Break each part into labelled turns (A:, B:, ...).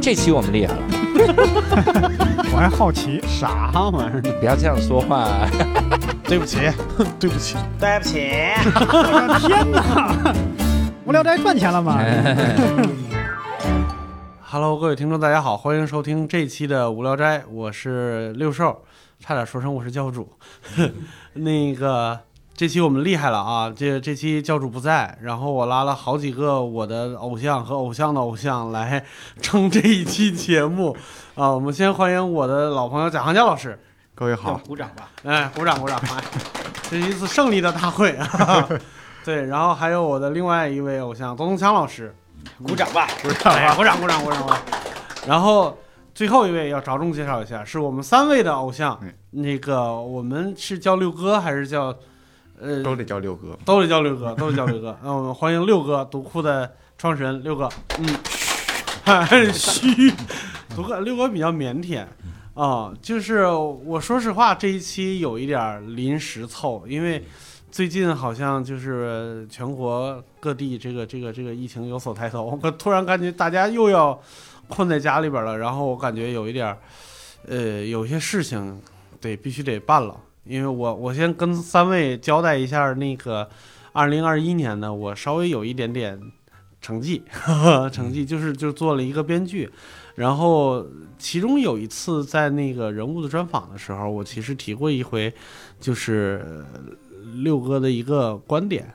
A: 这期我们厉害了，
B: 我还好奇，
C: 啥玩意儿？
A: 不要这样说话、
C: 对不起，对不起，
D: 对不起，
B: 我的天哪！无聊斋赚钱了吗？
C: Hello，各位听众，大家好，欢迎收听这期的《无聊斋》，我是六兽，差点说成我是教主。 那个这期我们厉害了啊，这这期教主不在，然后我拉了好几个我的偶像和偶像的偶像来撑这一期节目啊。我们先欢迎我的老朋友贾行家老师，
E: 各位
D: 要
E: 好，
D: 鼓掌吧。
C: 哎，鼓掌鼓掌，哎，这是一次胜利的大会啊。 对，然后还有我的另外一位偶像东东强老师，
D: 鼓掌吧！
C: 鼓掌，哎，鼓掌，鼓掌，鼓掌，鼓掌。然后最后一位要着重介绍一下，是我们三位的偶像
E: 嗯，
C: 那个我们是叫六哥还是叫呃
E: 都得叫六哥。
C: 都得叫六哥，都得叫六哥。 那我们欢迎六哥，独库的创始人六哥。嗯，很虚。 独库六哥比较腼腆啊、就是我说实话，这一期有一点儿临时凑，因为最近好像就是全国各地这个这个这个疫情有所抬头， 我突然感觉大家又要困在家里边儿了，然后我感觉有一点儿，呃，有些事情得必须得办了。因为我我先跟三位交代一下那个二零二一年呢，我稍微有一点点成绩， 成绩就是就做了一个编剧，然后其中有一次在那个人物的专访的时候，我其实提过一回，就是呃六哥的一个观点，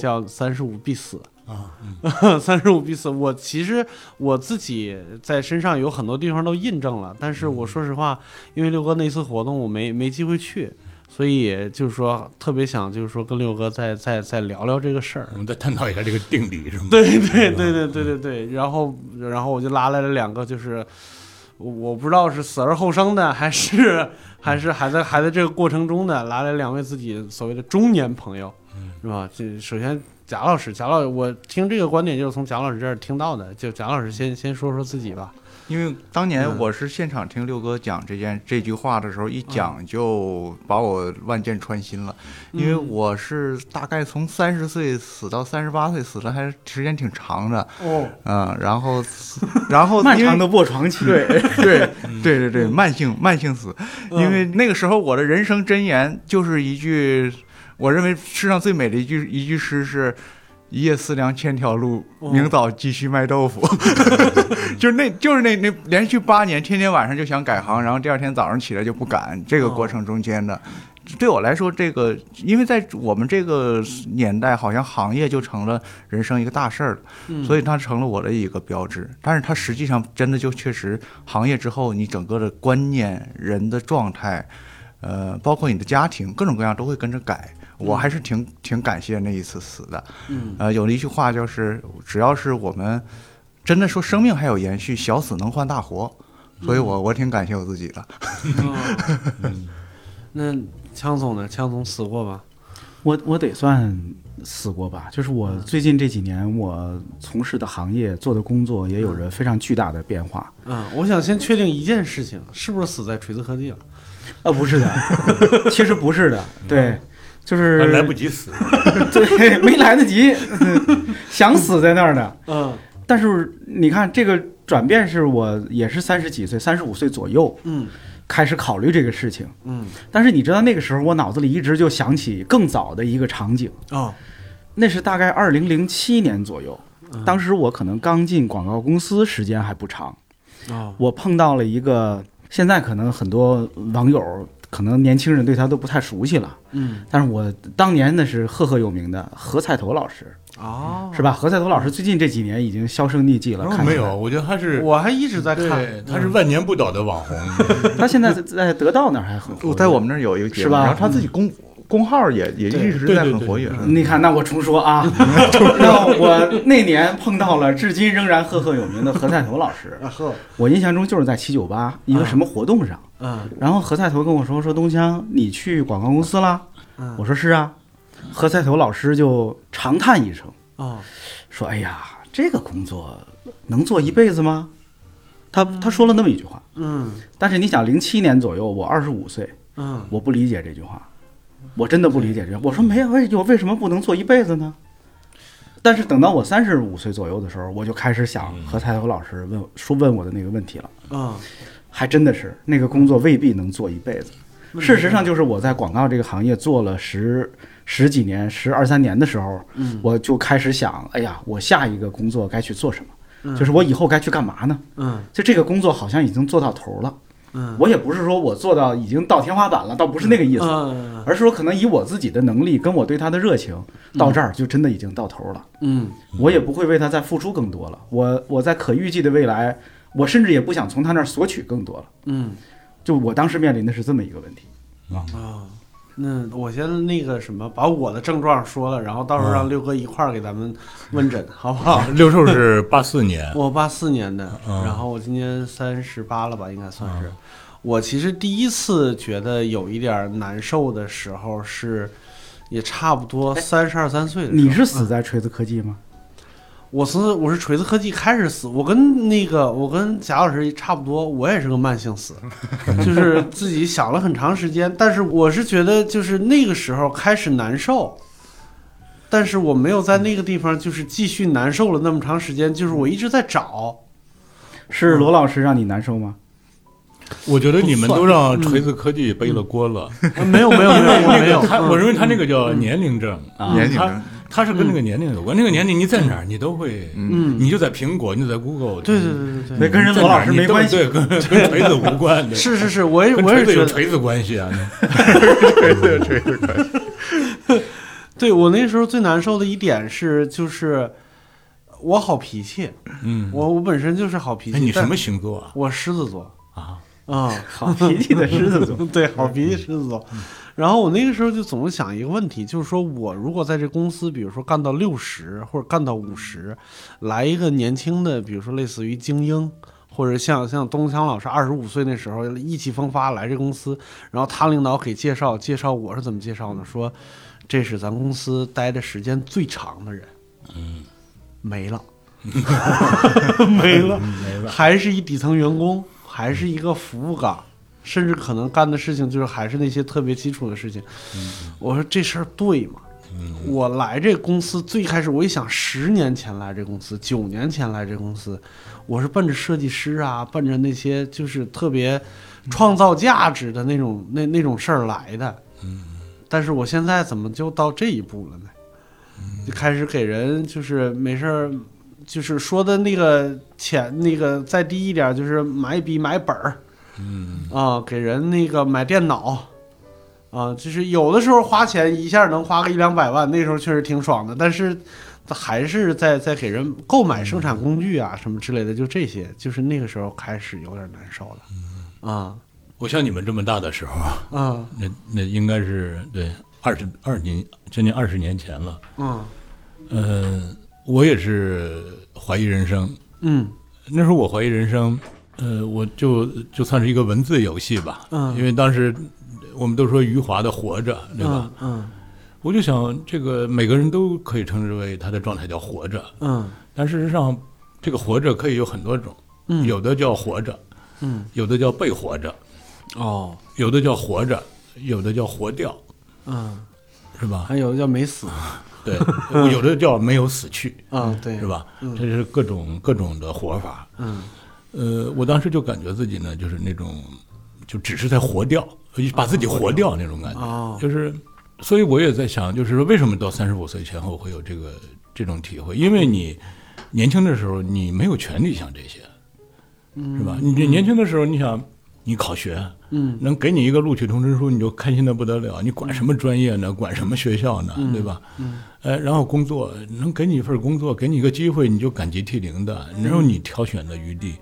C: 叫“三十五必死”啊， 三十五必死。我其实我自己在身上有很多地方都印证了，但是我说实话，因为六哥那次活动我没没机会去，所以就是说特别想就是说跟六哥再再再聊聊这个事儿
F: 我。们再探讨一下这个定理是吗？
C: 对对对对对对对，然后然后我就拉来了两个，就是我我不知道是死而后生的，还是还是还在还在这个过程中的，拉来两位自己所谓的中年朋友，是吧？这首先贾老师，贾老师，我听这个观点就是从贾老师这儿听到的，就贾老师先先说说自己吧。
E: 因为当年
C: 嗯
E: 我是现场听六哥讲这件这句话的时候，一讲就把我万箭穿心了。因为
C: 嗯
E: 我是大概从三十岁死到三十八岁，死的还时间挺长的，
C: 哦，
E: 嗯，然后然后
D: 漫
E: 因为
D: 长的卧床期，
E: 对对对对对，慢性慢性死，因为那个时候我的人生箴言就是一句，我认为世上最美的一句一句诗是。一夜思量千条路，
C: 哦
E: 明早继续卖豆腐。 就是那，就是那那连续八年，天天晚上就想改行，然后第二天早上起来就不敢。这个过程中间的，对我来说，这个因为在我们这个年代，好像行业就成了人生一个大事儿了。
C: 嗯
E: 所以它成了我的一个标志。但是它实际上真的就确实，行业之后你整个的观念、人的状态，呃，包括你的家庭，各种各样都会跟着改。我还是挺挺感谢那一次死的。
C: 嗯
E: 呃，有了一句话就是，只要是我们真的说生命还有延续，小死能换大活。所以我我挺感谢我自己的。
C: 哦 嗯那枪总呢？枪总死过吗？
D: 我我得算死过吧。就是我最近这几年，我从事的行业、做的工作也有着非常巨大的变化。
C: 嗯，我想先确定一件事情，是不是死在锤子科技了？
D: 啊，不是的，其实不是的，
C: 嗯
D: 对，就是
F: 还来不，及死，
D: 对，没来得及，想死在那儿呢。
C: 嗯
D: 但是你看，这个转变是我也是三十几岁，三十五岁左右
C: 嗯
D: 开始考虑这个事情。
C: 嗯
D: 但是你知道，那个时候我脑子里一直就想起更早的一个场景，
C: 哦
D: 那是大概二零零七年左右
C: 嗯。
D: 当时我可能刚进广告公司，时间还不长。
C: 哦
D: 我碰到了一个，现在可能很多网友，可能年轻人对他都不太熟悉了，
C: 嗯
D: 但是我当年那是赫赫有名的何菜头老师，
C: 哦
D: 是吧？何菜头老师最近这几年已经销声匿迹
E: 哦
D: 了，看起来
F: 没有，，我觉得他是，
C: 我还一直在
F: 对
C: 看，，
F: 他是万年不倒的网红，
D: 他现在在在得到那儿还很火
E: 我
D: 热。
E: 哦在我们那儿有一个节
D: 是
E: 目，
D: 吧
E: 然后他自己公公号也也
C: 对
E: 一直
F: 对
E: 在
F: 对
E: 很
F: 对
E: 活跃。
D: 你看，那我重说 啊，那我那年碰到了至今仍然赫赫有名的何菜头老 师，
C: 啊呵，
D: 我印象中就是在七九八
E: 啊
D: 一个什么活动上，
C: 嗯
D: 然后何菜头跟我说说东乡，你去广告公司啦？
C: 嗯，
D: 我说是啊。何菜头老师就长叹一声，
C: 哦
D: 说：“哎呀，这个工作能做一辈子吗？”他他说了那么一句话。
C: 嗯
D: 但是你想，零七年左右，我二十五岁，
C: 嗯
D: 我不理解这句话，我真的不理解这句话。我说没有，为我为什么不能做一辈子呢？但是等到我三十五岁左右的时候，我就开始想和蔡头老师问说问我的那个问题了。
C: 嗯，
D: 还真的是那个工作未必能做一辈子。
C: 那你
D: 事实上，就是我在广告这个行业做了十十几年、十二三年的时候，
C: 嗯
D: 我就开始想，哎呀，我下一个工作该去做什么？
C: 嗯
D: 就是我以后该去干嘛呢？
C: 嗯
D: 就这个工作好像已经做到头了。
C: 嗯，
D: 我也不是说我做到已经到天花板了，倒不是那个意思，
C: 嗯
D: 而是说可能以我自己的能力跟我对他的热情，到这儿就真的已经到头了。
C: 嗯
D: 我也不会为他再付出更多了。我我在可预计的未来，我甚至也不想从他那儿索取更多了。
C: 嗯
D: 就我当时面临的是这么一个问题。
C: 啊。那我先那个什么，把我的症状说了，然后到时候让六哥一块儿给咱们问 诊，好不好？
F: 嗯六兽是八 四年，
C: 我八四年的，
F: 嗯
C: 然后我今年三十八了吧，应该算是。我其实第一次觉得有一点儿难受的时候是，也差不多
F: 哎
C: 三十二三岁的时候。
D: 你是嗯死在锤子科技吗？
C: 我是我是锤子科技开始死，我跟那个我跟贾老师差不多，我也是个慢性 死，就是自己想了很长时间，但是我是觉得就是那个时候开始难受，但是我没有在那个地方就是继续难受了那么长时间，就是我一直在 找，
D: 是罗老师让你难受吗？
F: 我觉得你们都让啊锤子科技背了锅了。
C: 没有没有没有我嗯没有，嗯
F: 他我认为他那个叫年龄症，
D: 啊
E: 年龄
F: 他他是跟那个年龄有关。那个年龄你在哪儿，你都会，
C: 嗯，
F: 你就在苹果，你就在 Google，
C: 对对对对对，
D: 那跟人罗老师没关系。
F: 系，对，跟跟锤子无关的。
C: 是是是，我也
F: 跟
C: 我也
F: 锤子
C: 觉
F: 有
C: 得，
F: 锤子关系啊！
C: 对我那时候最难受的一点是就是我好脾气，
F: 嗯，
C: 我我本身就是好脾
F: 哎，
C: 气，
F: 你什
C: 但
F: 么星座啊？
C: 我狮子座
F: 啊
C: 啊。
D: 好脾气的狮子座， 嗯
C: 对，好脾气狮子座。然后我那个时候就总是想一个问题，就是说我如果在这公司，比如说干到六十或者干到五十，
D: 嗯
C: 来一个年轻的，比如说类似于精英，或者像像东强老师二十五岁那时候意气风发来这公司，然后他领导给介绍，介绍我是怎么介
D: 嗯
C: 绍呢？说这是咱公司待的时间最长的人，嗯，没 了。 没了，
D: 嗯
C: 还是一底层员工，还是一个服务岗，甚至可能干的事情就是还是那些特别基础的事情。我说这事儿对吗？我来这公司最开始我一想，十年前来这公司，九年前来这公司，我是奔着设计师啊，奔着那些就是特别创造价值的那种那那种事儿来的。但是我现在怎么就到这一步了呢？就开始给人就是没事儿，就是说的那个浅那个再低一点儿，就是买笔买本儿，嗯啊，给人那个买电脑。啊，就是有的时候花钱一下能花个一两百万，那时候确实挺爽的，但是还是在在给人购买生产工具啊什么之类的，就这些，就是那个时候开始有点难受了，啊
F: 我像你们这么大的时候，啊，
C: 啊
F: 那那应该是对二十二年，将近二十年前了。
C: 嗯
F: 呃，我也是怀疑人生。
C: 嗯
F: 那时候我怀疑人生，呃，我就就算是一个文字游戏吧，
C: 嗯
F: 因为当时我们都说余华的《活着》，对吧？
C: 嗯嗯
F: 我就想，这个每个人都可以称之为他的状态叫活着，
C: 嗯
F: 但事实上，这个活着可以有很多种，
C: 嗯
F: 有的叫活着，
C: 嗯
F: 有的叫被活着，
C: 哦
F: 有的叫活着，有的叫活掉，
C: 嗯，
F: 是吧？
C: 还有叫没死
F: 对，有的叫没有死去，
C: 啊，对
F: 是？吧？这是各种各种的活法。
C: 嗯
F: 呃，我当时就感觉自己呢，就是那种，就只是在活掉，呃把自己活掉那种感觉，
C: 哦
F: 就是，所以我也在想，就是说为什么到三十五岁前后会有这个这种体会？因为你年轻的时候，你没有权利想这些，是吧？你年轻的时候，你想你考学，
C: 嗯
F: 能给你一个录取通知书，你就开心的不得了。你管什么专业呢？管什么学校呢？对吧？
C: 嗯
F: 呃，然后工作能给你一份工作，给你一个机会，你就感激涕零的。
C: 嗯
F: 然后你挑选的余地，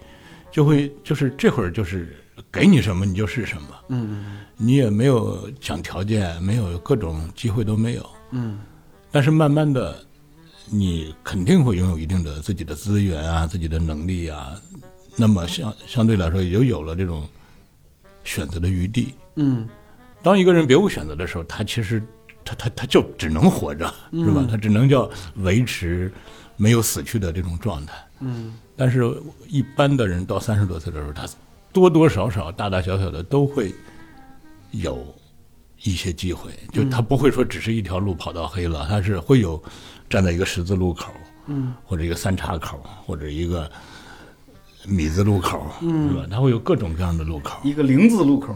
F: 就会就是这会儿就是给你什么你就是什么，
C: 嗯
F: 你也没有讲条件，没有各种机会都没有。
C: 嗯
F: 但是慢慢的，你肯定会拥有一定的自己的资源啊，自己的能力啊，那么相相对来说也就有了这种选择的余地。
C: 嗯
F: 当一个人别无选择的时候，他其实他他他就只能活着，
C: 嗯
F: 是吧？他只能叫维持没有死去的这种状态。
C: 嗯
F: 但是，一般的人到三十多岁的时候，他多多少少、大大小小的都会有一些机会，就他不会说只是一条路跑到黑了，他是会有站在一个十字路口，
C: 嗯，
F: 或者一个三岔口，或者一个米字路口，嗯，是吧？它会有各种各样的路口。
D: 一个零字路口，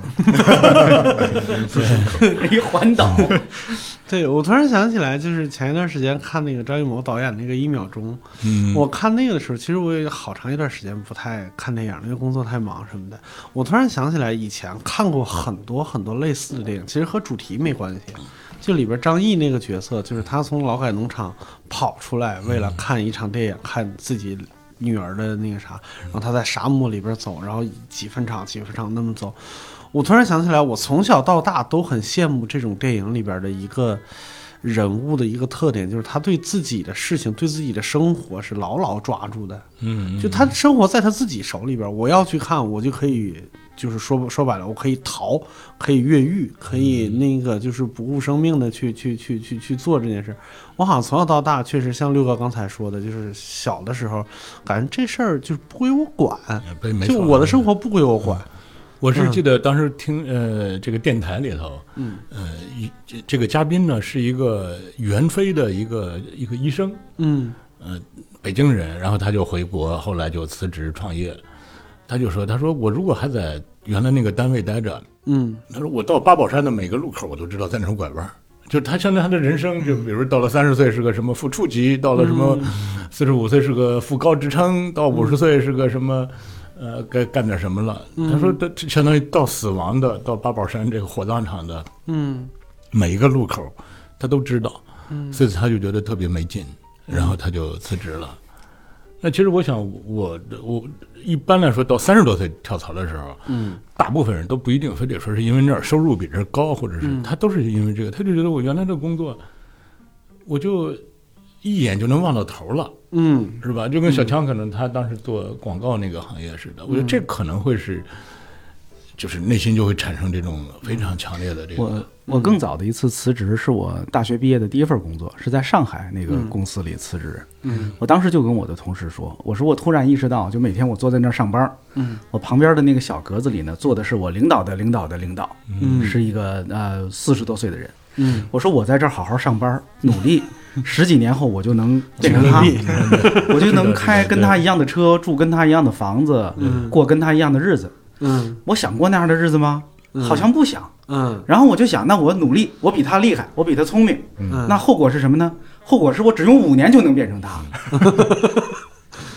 D: 一个环岛，
C: 对，我突然想起来，就是前一段时间看那个张艺谋导演那个《一秒钟》，
F: 嗯，
C: 我看那个的时候，其实我也好长一段时间不太看电影，因为工作太忙什么的。我突然想起来，以前看过很多很多类似的电影，其实和主题没关系。就里边张译那个角色，就是他从劳改农场跑出来，为了看一场电影，看自己女儿的那个啥，然后他在沙漠里边走，然后几分场几分场那么走。我突然想起来，我从小到大都很羡慕这种电影里边的一个人物的一个特点，就是他对自己的事情、对自己的生活是牢牢抓住的。
F: 嗯，嗯
C: 就他生活在他自己手里边儿，我要去看，我就可以，就是说说白了，我可以逃，可以越狱，可以
F: 嗯
C: 那个就是不顾生命的去去去去去做这件事。我好像从小到大，确实像六哥刚才说的，就是小的时候，感觉这事儿就是不归我管，
F: 被没
C: 就
F: 错
C: 我的生活
F: 活，
C: 不归我管。
F: 我是记得当时听呃这个电台里头，
C: 嗯
F: 呃一这这个嘉宾呢是一个袁飞的一个一个医生，
C: 嗯
F: 北京人，然后他就回国，后来就辞职创业。他就说：“他说我如果还在原来那个单位待着，
C: 嗯
F: 他说我到八宝山的每个路口我都知道在哪儿拐弯儿。就是他相当于他的人生，就比如到了三十岁是个什么副处级，到了什么四十五岁是个副高职称，到五十岁是个什么。”呃，该干点什么了？他说，他这相当于到死亡的，到八宝山这个火葬场的
C: 嗯
F: 每一个路口，他都知道，所以他就觉得特别没劲，然后他就辞职了。那其实我想，我我一般来说到三十多岁跳槽的时候，
C: 嗯，
F: 大部分人都不一定非得说是因为那儿收入比这儿高，或者是
C: 嗯
F: 他都是因为这个，他就觉得我原来这个工作，我就一眼就能望到头了，
C: 嗯嗯
F: 是吧？就跟小强可能他当时做广告那个行业似的，我觉得这可能会是，就是内心就会产生这种非常强烈的这
D: 我
F: 个，
D: 我更早的一次辞职是我大学毕业的第一份工作，是在上海那个公司里辞职。
C: 嗯，
D: 我当时就跟我的同事说，我说我突然意识到，就每天我坐在那儿上班，
C: 嗯，
D: 我旁边的那个小格子里呢，坐的是我领导的领导的领导，
C: 嗯
D: 是一个呃四十多岁的人。
C: 嗯，
D: 我说我在这儿好好上班，努 力，十几年后我就 能变成他，我就能开跟他一样的车，住跟他一样的房子，
C: 嗯
D: 过跟他一样的日子。
C: 嗯
D: 我想过那样的日子吗？好像不想。
C: 嗯
D: 然后我就想，那我努力，我比他厉害，我比他聪明，
C: 嗯，
D: 那后果是什么呢？后果是我只用五年就能变成他。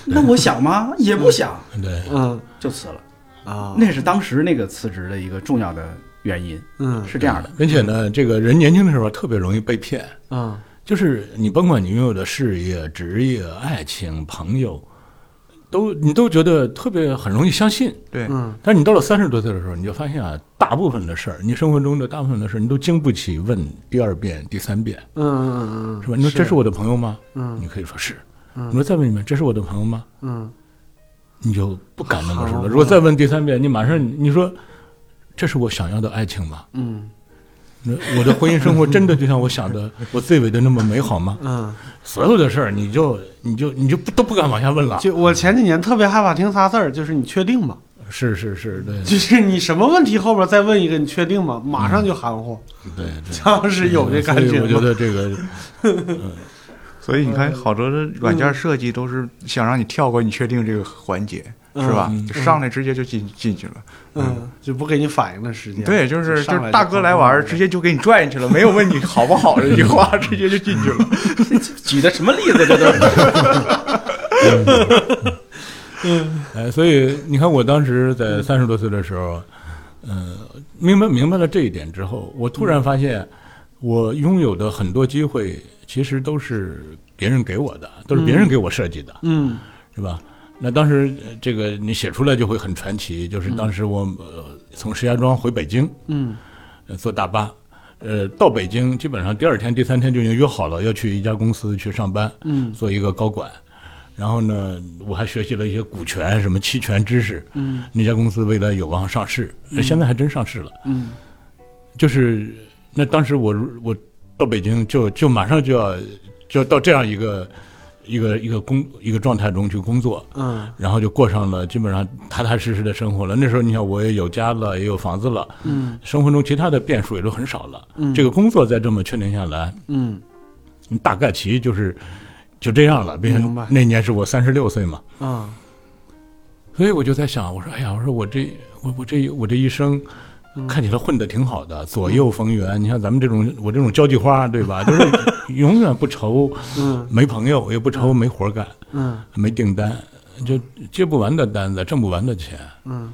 D: 那我想吗？也不想，
F: 对。
C: 嗯
D: 就辞了。
C: 啊
D: 那是当时那个辞职的一个重要的原因，
C: 嗯
D: 是这样的。
F: 而且呢，这个人年轻的时候特别容易被骗，
C: 嗯
F: 就是你甭管你拥有的事业、职业、爱情、朋友，都你都觉得特别很容易相信。
E: 对，
C: 嗯
F: 但是你到了三十多岁的时候，你就发现啊，大部分的事儿，啊你生活中的大部分的事儿，你都经不起问第二遍、第三遍，
C: 嗯嗯
F: 是吧？你说这是我的朋友吗？
C: 嗯
F: 你可以说是。
C: 嗯
F: 你说再问一遍，这是我的朋友吗？
C: 嗯
F: 你就不敢那么说
C: 好
F: 了。如果再问第三遍，你马上你说，这是我想要的爱情吗？
C: 嗯
F: 那我的婚姻生活真的就像我想的， 我自以为的那么美好吗？
C: 嗯。
F: 所有的事儿，你就你就你就不都不敢往下问了。
C: 就我前几年特别害怕听仨字儿，就是你确定吗？
F: 是是是，对
C: 就是你什么问题后边再问一个你确定吗？马上就含糊，
F: 对
C: 当时有这
F: 对，
C: 感
F: 所以
C: 觉
F: 我觉
C: 吗？
F: 得这个
E: 所以你看，好多的软件设计都是想让你跳过你确定这个环节，是吧？就上来直接就进进去了。
C: 嗯，就不给你反应的时间。
E: 对，就是就
C: 嗯上
E: 是大哥来玩儿，直
C: 接
E: 接就给你拽进去了，没有问你好不好这句话，直接就进去了。
D: 举的什么例子？这都是
F: 哎，所以你看，我当时在三十多岁的时候，嗯、明白明白了这一点之后，我突然发现，我拥有的很多机会其实都是别人给我的，都是别人给我设计的。
C: 嗯
F: 是吧？那当时呃这个你写出来就会很传奇，就是当时我、呃从石家庄回北京，
C: 嗯
F: 呃坐大巴，呃到北京基本上第二天、第三天就已经约好了要去一家公司去上班，
C: 嗯
F: 做一个高管。然后呢，我还学习了一些股权、什么期权知识。
C: 嗯
F: 那家公司为了有望上市，呃现在还真上市了。
C: 嗯
F: 就是那当时我如我到北京就就马上就要就到这样一个一个一个工一个状态中去工作，
C: 嗯
F: 然后就过上了基本上踏踏实实的生活了。那时候你想，我也有家了，也有房子了，
C: 嗯
F: 生活中其他的变数也都很少了。
C: 嗯
F: 这个工作再这么确定下来，
C: 嗯
F: 大概其就是就这样了。毕
C: 明
F: 竟
C: 白
F: 那年是我三十六岁嘛，
C: 啊，
F: 所以我就在想，我说，哎呀，我说我这我我这我这一生。看起来混得挺好的，左右逢源。你像咱们这种，我这种交际花，对吧？就是永远不愁
C: 嗯
F: 没朋友，也不愁没活干，
C: 嗯
F: 没订单，就接不完的单子，挣不完的钱。
C: 嗯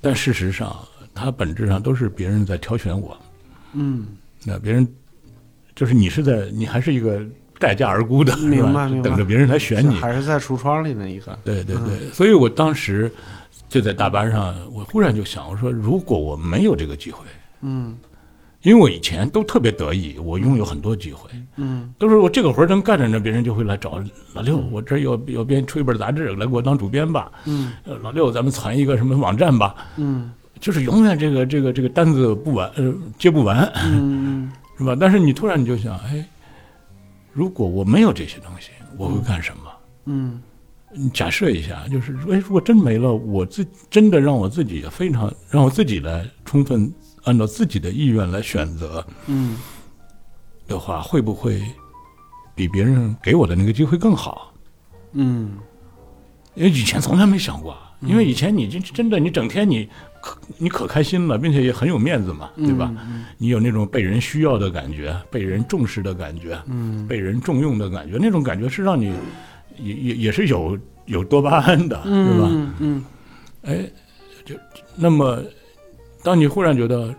F: 但事实上，它本质上都是别人在挑选我。
C: 嗯，
F: 那别人就是你是在你还是一个待价而沽的，是吧
C: 明白明白
F: 等着别人来选
C: 这
F: 你。
C: 还是嗯在橱窗里那一个，
F: 对对对，所以我当时就在大班上，我忽然就想，我说如果我没有这个机会，
C: 嗯
F: 因为我以前都特别得意，我拥有很多机会，
C: 嗯
F: 都是我这个活儿正干着呢，别人就会来找老六，我这儿有有编出一本杂志，来给我当主编吧。
C: 嗯
F: 呃老六，咱们传一个什么网站吧，
C: 嗯
F: 就是永远这个这个这个单子不完，呃，接不完。
C: 嗯
F: 是吧？但是你突然你就想，哎，如果我没有这些东西，我会干什么？
C: 嗯
F: 你假设一下，就是哎，如果真没了，我自真的让我自己非常让我自己来充分按照自己的意愿来选择
C: 嗯
F: 的话，会不会比别人给我的那个机会更好？
C: 嗯
F: 因为以前从来没想过，啊因为以前你真真的你整天你可你可开心了，并且也很有面子嘛，
C: 嗯
F: 对吧？你有那种被人需要的感觉，被人重视的感觉，
C: 嗯
F: 被人重用的感觉，那种感觉是让你也也也是有有多巴胺的，是吧？
C: 嗯嗯
F: 哎，就那么，当你忽然觉得，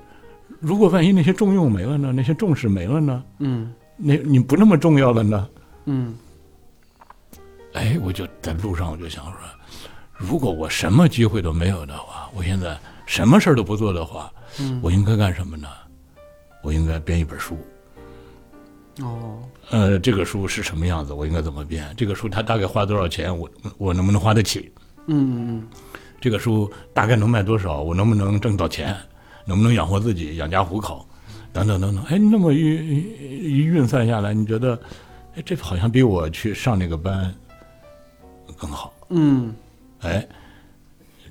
F: 如果万一那些重用没了呢？那些重视没了呢？
C: 嗯
F: 那你不那么重要了呢？
C: 嗯
F: 哎，我就在路上我就想说，如果我什么机会都没有的话，我现在什么事儿都不做的话，
C: 嗯
F: 我应该干什么呢？我应该编一本书。
C: 哦
F: 呃，这个书是什么样子，我应该怎么编？这个书它大概花多少钱？我我能不能花得起？
C: 嗯
F: 这个书大概能卖多少？我能不能挣到钱？能不能养活自己、养家糊口？等等等等。哎，那么一一一运算下来，你觉得，哎，这好像比我去上那个班更好。
C: 嗯
F: 哎，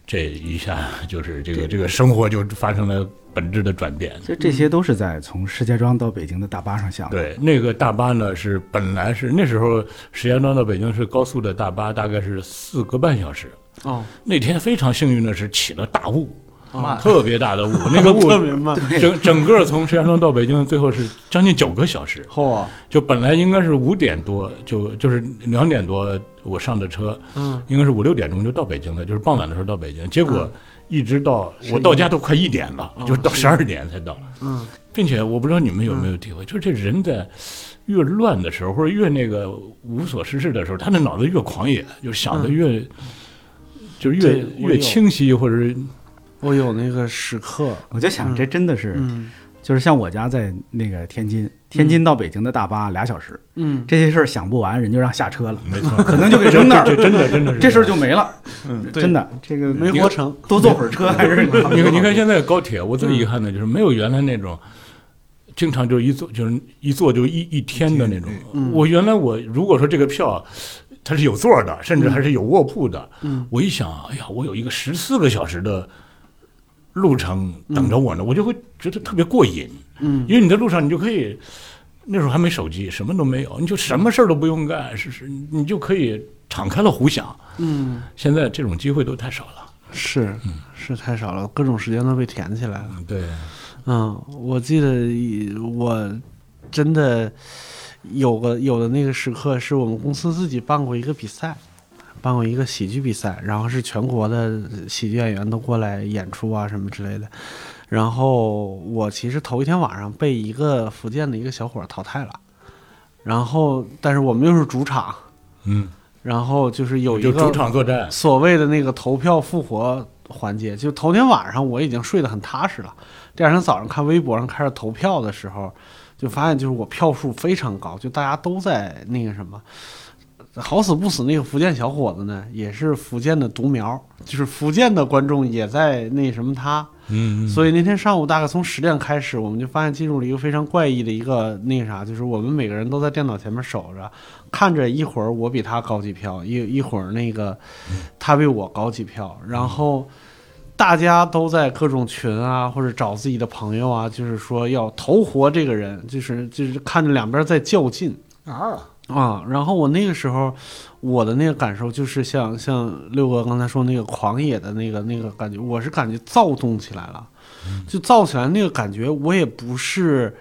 F: 这一下就是这个这个生活就发生了本质的转变。
D: 这这
C: 嗯
D: 些都是在从石家庄到北京的大巴上想的。
F: 对，那个大巴呢是本来是那时候石家庄到北京是高速的大巴，大概是四个半小时。
C: 哦
F: 那天非常幸运的是起了大雾，
E: 慢
F: 特别大的雾，那 个雾
C: 特别慢，
F: 整整个从石家庄到北京，最后是将近九个小时。
C: 嚯，
F: 就本来应该是五点多，就就是两点多我上的车，
C: 嗯
F: 应该是五六点钟就到北京了，就是傍晚的时候到北京。结果一直到我到家都快一点了，就到十二点才到。
C: 嗯
F: 并且我不知道你们有没有体会，就是这人在越乱的时候，或者越那个无所事事的时候，他的脑子越狂野，就想的越、就是越
C: 对我
F: 越
C: 有
F: 清晰，或者是
C: 我有那个时刻，
D: 我就想，这真的是，
C: 嗯
D: 就是像我家在那个天津，天津到北京的大巴俩小时，
C: 嗯
D: 这些事儿想不完，人就让下车了，
F: 没错，
D: 可能就给扔那
F: 这
D: 儿，
F: 真的真的是
D: 这
F: 样
D: 事儿就没了。
C: 嗯，
D: 真的，这个
C: 没活嗯成，
D: 多坐会儿车 还是
F: 你看，你看现在高铁，我最遗憾的就是没有原来那种，经常就一坐就是一坐就一一天的那种。
C: 嗯
F: 我原来我如果说这个票它是有座儿的，甚至还是有卧铺的，
C: 嗯
F: 我一想，哎呀，我有一个十四个小时的路程等着我呢，我就会觉得特别过瘾，
C: 嗯
F: 因为你在路上你就可以。那时候还没手机，什么都没有，你就什么事儿都不用干，是是，你就可以敞开了胡想。
C: 嗯。
F: 现在这种机会都太少了。
C: 是是太少了，各种时间都被填起来了。
F: 嗯，对，
C: 嗯，我记得以我真的有个有的那个时刻，是我们公司自己办过一个比赛，办过一个喜剧比赛，然后是全国的喜剧演员都过来演出啊什么之类的。然后我其实头一天晚上被一个福建的一个小伙儿淘汰了，然后但是我们又是主场，
F: 嗯，
C: 然后就是有一
F: 就
C: 个
F: 主场作战，
C: 所谓的那个投票复活环节，就头天晚上我已经睡得很踏实了，第二天早上看微博上开始投票的时候，就发现就是我票数非常高，就大家都在那个什么。好死不死，那个福建小伙子呢，也是福建的独苗，就是福建的观众也在那什么他，
F: 嗯，
C: 所以那天上午大概从十点开始，我们就发现进入了一个非常怪异的一个那个啥，就是我们每个人都在电脑前面守着，看着一会儿我比他高几票，一一会儿那个他比我高几票，然后大家都在各种群啊或者找自己的朋友啊，就是说要投活这个人，就是就是看着两边在较劲，
B: 啊，
C: 啊，然后我那个时候，我的那个感受就是像像六哥刚才说那个狂野的那个那个感觉，我是感觉躁动起来了，就躁起来那个感觉，我也不是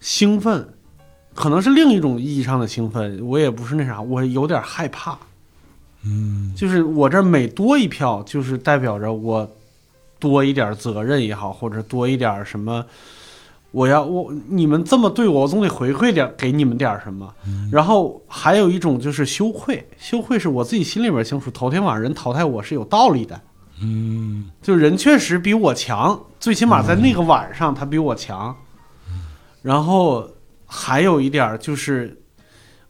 C: 兴奋，可能是另一种意义上的兴奋，我也不是那啥，我有点害怕，
F: 嗯，
C: 就是我这每多一票，就是代表着我多一点责任也好，或者多一点什么。我要我你们这么对我，我总得回馈点给你们点什么。然后还有一种就是羞愧，羞愧是我自己心里边清楚，头天晚上人淘汰我是有道理的，
F: 嗯，
C: 就人确实比我强，最起码在那个晚上他比我强。然后还有一点儿就是，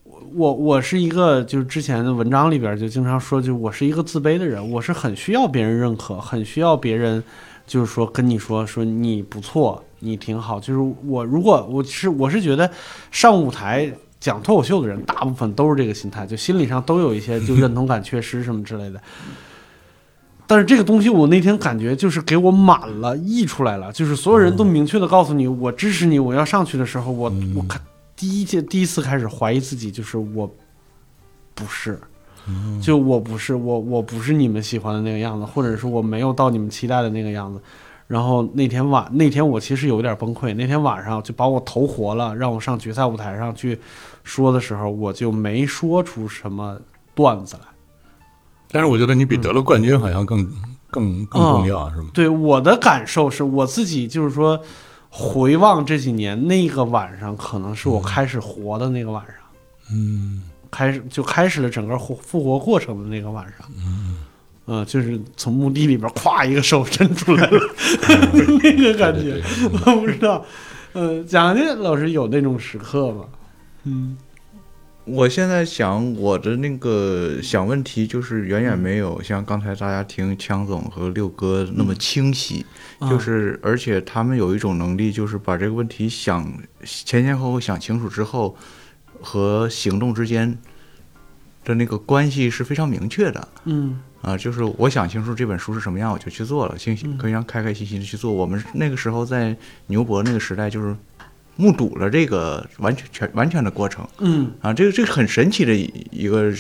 C: 我我我是一个就是之前的文章里边就经常说，就我是一个自卑的人，我是很需要别人认可，很需要别人就是说跟你说说你不错，你挺好。就是我如果我是我是觉得上舞台。讲脱口秀的人，大部分都是这个心态，就心理上都有一些就认同感缺失什么之类的。但是这个东西，我那天感觉就是给我满了，溢出来了，就是所有人都明确的告诉你，我支持你，我要上去的时候，我我看第一届第一次开始怀疑自己，就是我不是，就我不是我我不是你们喜欢的那个样子，或者说我没有到你们期待的那个样子。然后那天晚那天我其实有点崩溃，那天晚上就把我投活了，让我上决赛舞台上去说的时候，我就没说出什么段子来。
F: 但是我觉得你比得了冠军好像更更更
E: 哦
F: 重要，是吗？
C: 对我的感受是我自己就是说，回望这几年那个晚上，可能是我开始活的那个晚上，
F: 嗯，
C: 开始就开始了整个活复活过程的那个晚上。嗯，呃，就是从墓地里边咵一个手伸出来了， 那个感觉，
F: 对对对
C: 我不知道。呃，蒋介老师有那种时刻吗？
E: 我现在想我的那个想问题，就是远远没有像刚才大家听枪总和六哥那么清晰，
C: 嗯
E: 就是而且他们有一种能力，就是把这个问题想前前后后想清楚之后，和行动之间的那个关系是非常明确的。
C: 嗯
E: 啊，就是我想清楚这本书是什么样，我就去做了，心可以让开开心心的去做。我们那个时候在牛博那个时代，就是目睹了这个完全全完全的过程。
C: 嗯
E: 啊，这个这个很神奇的一一个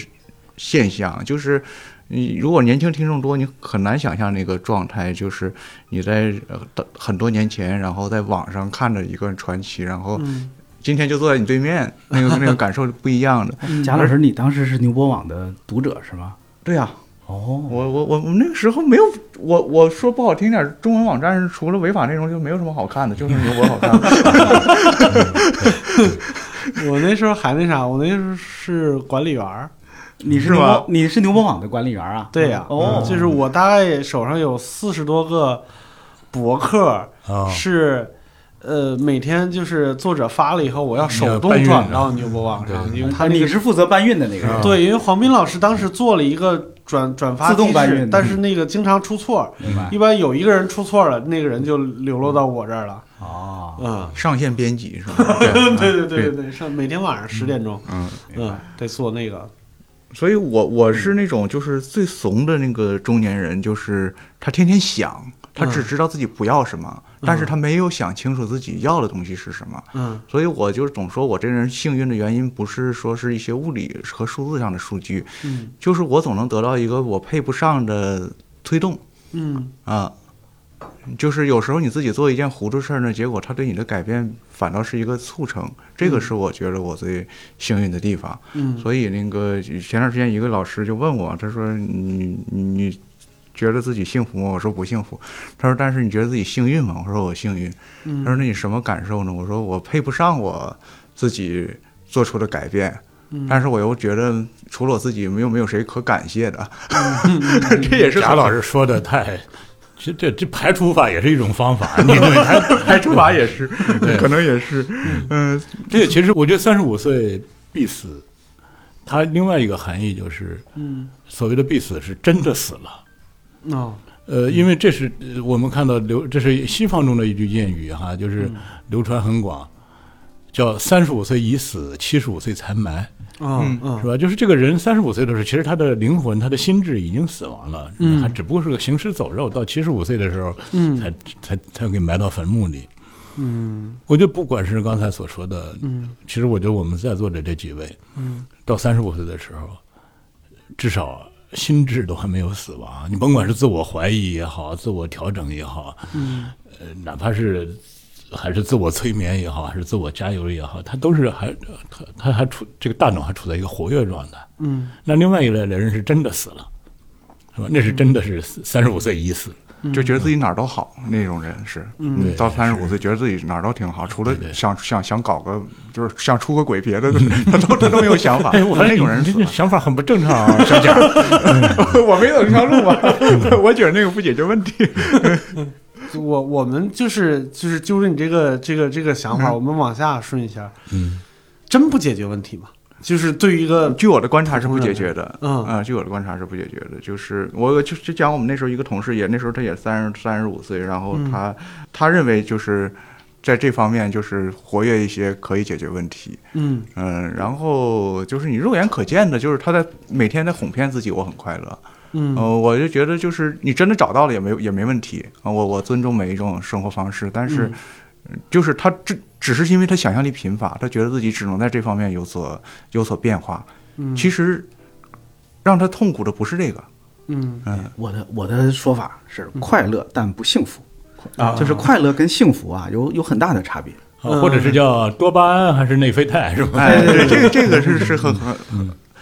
E: 现象，就是你如果年轻听众多，你很难想象那个状态，就是你在呃的很多年前，然后在网上看着一个传奇，然后
C: 嗯
E: 今天就坐在你对面，那个那个感受是不一样的。
C: 嗯
D: 贾老师，你当时是牛博网的读者是吗？
E: 对呀、
D: 哦，
E: 我我我我那个时候没有，我我说不好听点儿，中文网站除了违法内容就没有什么好看的，就是牛博好看。
C: 我那时候还那啥，我那时候是管理员儿。
D: 你是
E: 是
D: 牛
E: 吗
D: 博，你是牛博网的管理员啊？
C: 对呀、嗯
D: 哦
C: 就是我大概手上有四十多个博客，
D: 哦
F: 啊，
C: 是呃每天就是作者发了以后，我要手动
F: 你要搬
C: 转
F: 运
C: 到牛博网上，
F: 对
C: 因为
D: 啊
C: 他那
D: 嗯你
C: 个嗯
D: 是负责搬运的那个人。
C: 对，因为黄斌老师当时做了一个转转发
D: 自动
C: 机
D: 搬
C: 制
D: 运，
C: 但是那个经常出错，
D: 明白
C: 一般有一个人出错了，那个人就流落到我这儿了。
D: 哦，嗯
C: 嗯，
E: 上线编辑是 吧？对
C: 对对对对对，上每天晚上十点钟，
E: 嗯。
C: 嗯，得做那个，
E: 所以我我是那种就是最怂的那个中年人，就是他天天想，他只知道自己不要什么，但是他没有想清楚自己要的东西是什么。
C: 嗯
E: 所以我就总说我这人幸运的原因，不是说是一些物理和数字上的数据，
C: 嗯
E: 就是我总能得到一个我配不上的推动
C: 嗯
E: 啊。就是有时候你自己做一件糊涂事儿呢，结果它对你的改变反倒是一个促成，这个是我觉得我最幸运的地方。
C: 嗯，
E: 所以那个前段时间一个老师就问我，他说你你你觉得自己幸福吗？我说不幸福。他说但是你觉得自己幸运吗？我说我幸运。
C: 嗯
E: 他说那你什么感受呢？我说我配不上我自己做出的改变。但是我又觉得，除了我自己，没有没有谁可感谢的，
F: 嗯
E: 这也是
F: 贾老师说的太，这这这排除法也是一种 方法，你对他
E: 排除法也是
F: 对，
E: 可能也是，嗯，
F: 这个其实我觉得三十五岁必死，它另外一个含义就是，
C: 嗯，
F: 所谓的必死是真的死了。
C: 哦，
E: 嗯
F: 呃，因为这是呃我们看到流，这是西方中的一句谚语哈，就是
E: 嗯
F: 流传很广，叫“三十五岁已死，七十五岁才埋”，
C: 嗯
F: 是
C: 嗯
F: 吧？就是这个人三十五岁的时候，其实他的灵魂、他的心智已经死亡了，
C: 嗯
F: 还只不过是个行尸走肉，到七十五岁的时候，
C: 嗯
F: 才才才给埋到坟墓里。
C: 嗯
F: 我就不管是刚才所说的，
C: 嗯
F: 其实我觉得我们在座的这几位，
C: 嗯，
F: 到三十五岁的时候，至少心智都还没有死亡。你甭管是自我怀疑也好，自我调整也好，
C: 嗯
F: 呃，哪怕是还是自我催眠也好，还是自我加油也好，他都是还他他还处这个大脑还处在一个活跃状态。
C: 嗯
F: 那另外一类的人是真的死了，是吧？那
C: 嗯
F: 是真的是三十五岁已死。
E: 就觉得自己哪儿都好那种人是，嗯到三十五岁觉得自己哪儿都挺好，除了
F: 对
E: 想想想搞个就是想出个轨别 的，他都他都没有想法，
F: 哎，我
E: 他那种
F: 你
E: 人
F: 你
E: 死
F: 这
E: 了。
F: 想法很不正常啊，小嗯贾。
E: 我没走这条路 嘛， 我觉得那个不解决问题。
F: 嗯
C: 就我我们就是就是揪着你这个这个这个想法，我们往下顺一下，
F: 嗯，
C: 真不解决问题吗？就是对于一个
E: 据我的观察是不解决的，
C: 嗯
E: 啊，据我的观察是不解决的。就是我就就讲我们那时候一个同事也那时候他也三十三十五岁，然
F: 嗯
E: 后他、他认为就是在这方面就是活跃一些可以解决问题，
C: 嗯
E: 嗯，然后就是你肉眼可见的，就是他在每天在哄骗自己，我很快乐。
C: 嗯
D: 哦
E: 呃，我就觉得就是你真的找到了也没也没问题啊、我我尊重每一种生活方式，但是
C: 嗯
E: 就是他只只是因为他想象力贫乏，他觉得自己只能在这方面有所有所变化。
C: 嗯
E: 其实让他痛苦的不是这个，
C: 嗯
D: 我的我的说法是快乐但不幸福，
F: 啊
C: 嗯
D: 就是快乐跟幸福啊有有很大的差别。
E: 嗯
F: 啊或者是叫多巴胺还是内啡肽是吧？
E: 哎，对，这个这个是是很很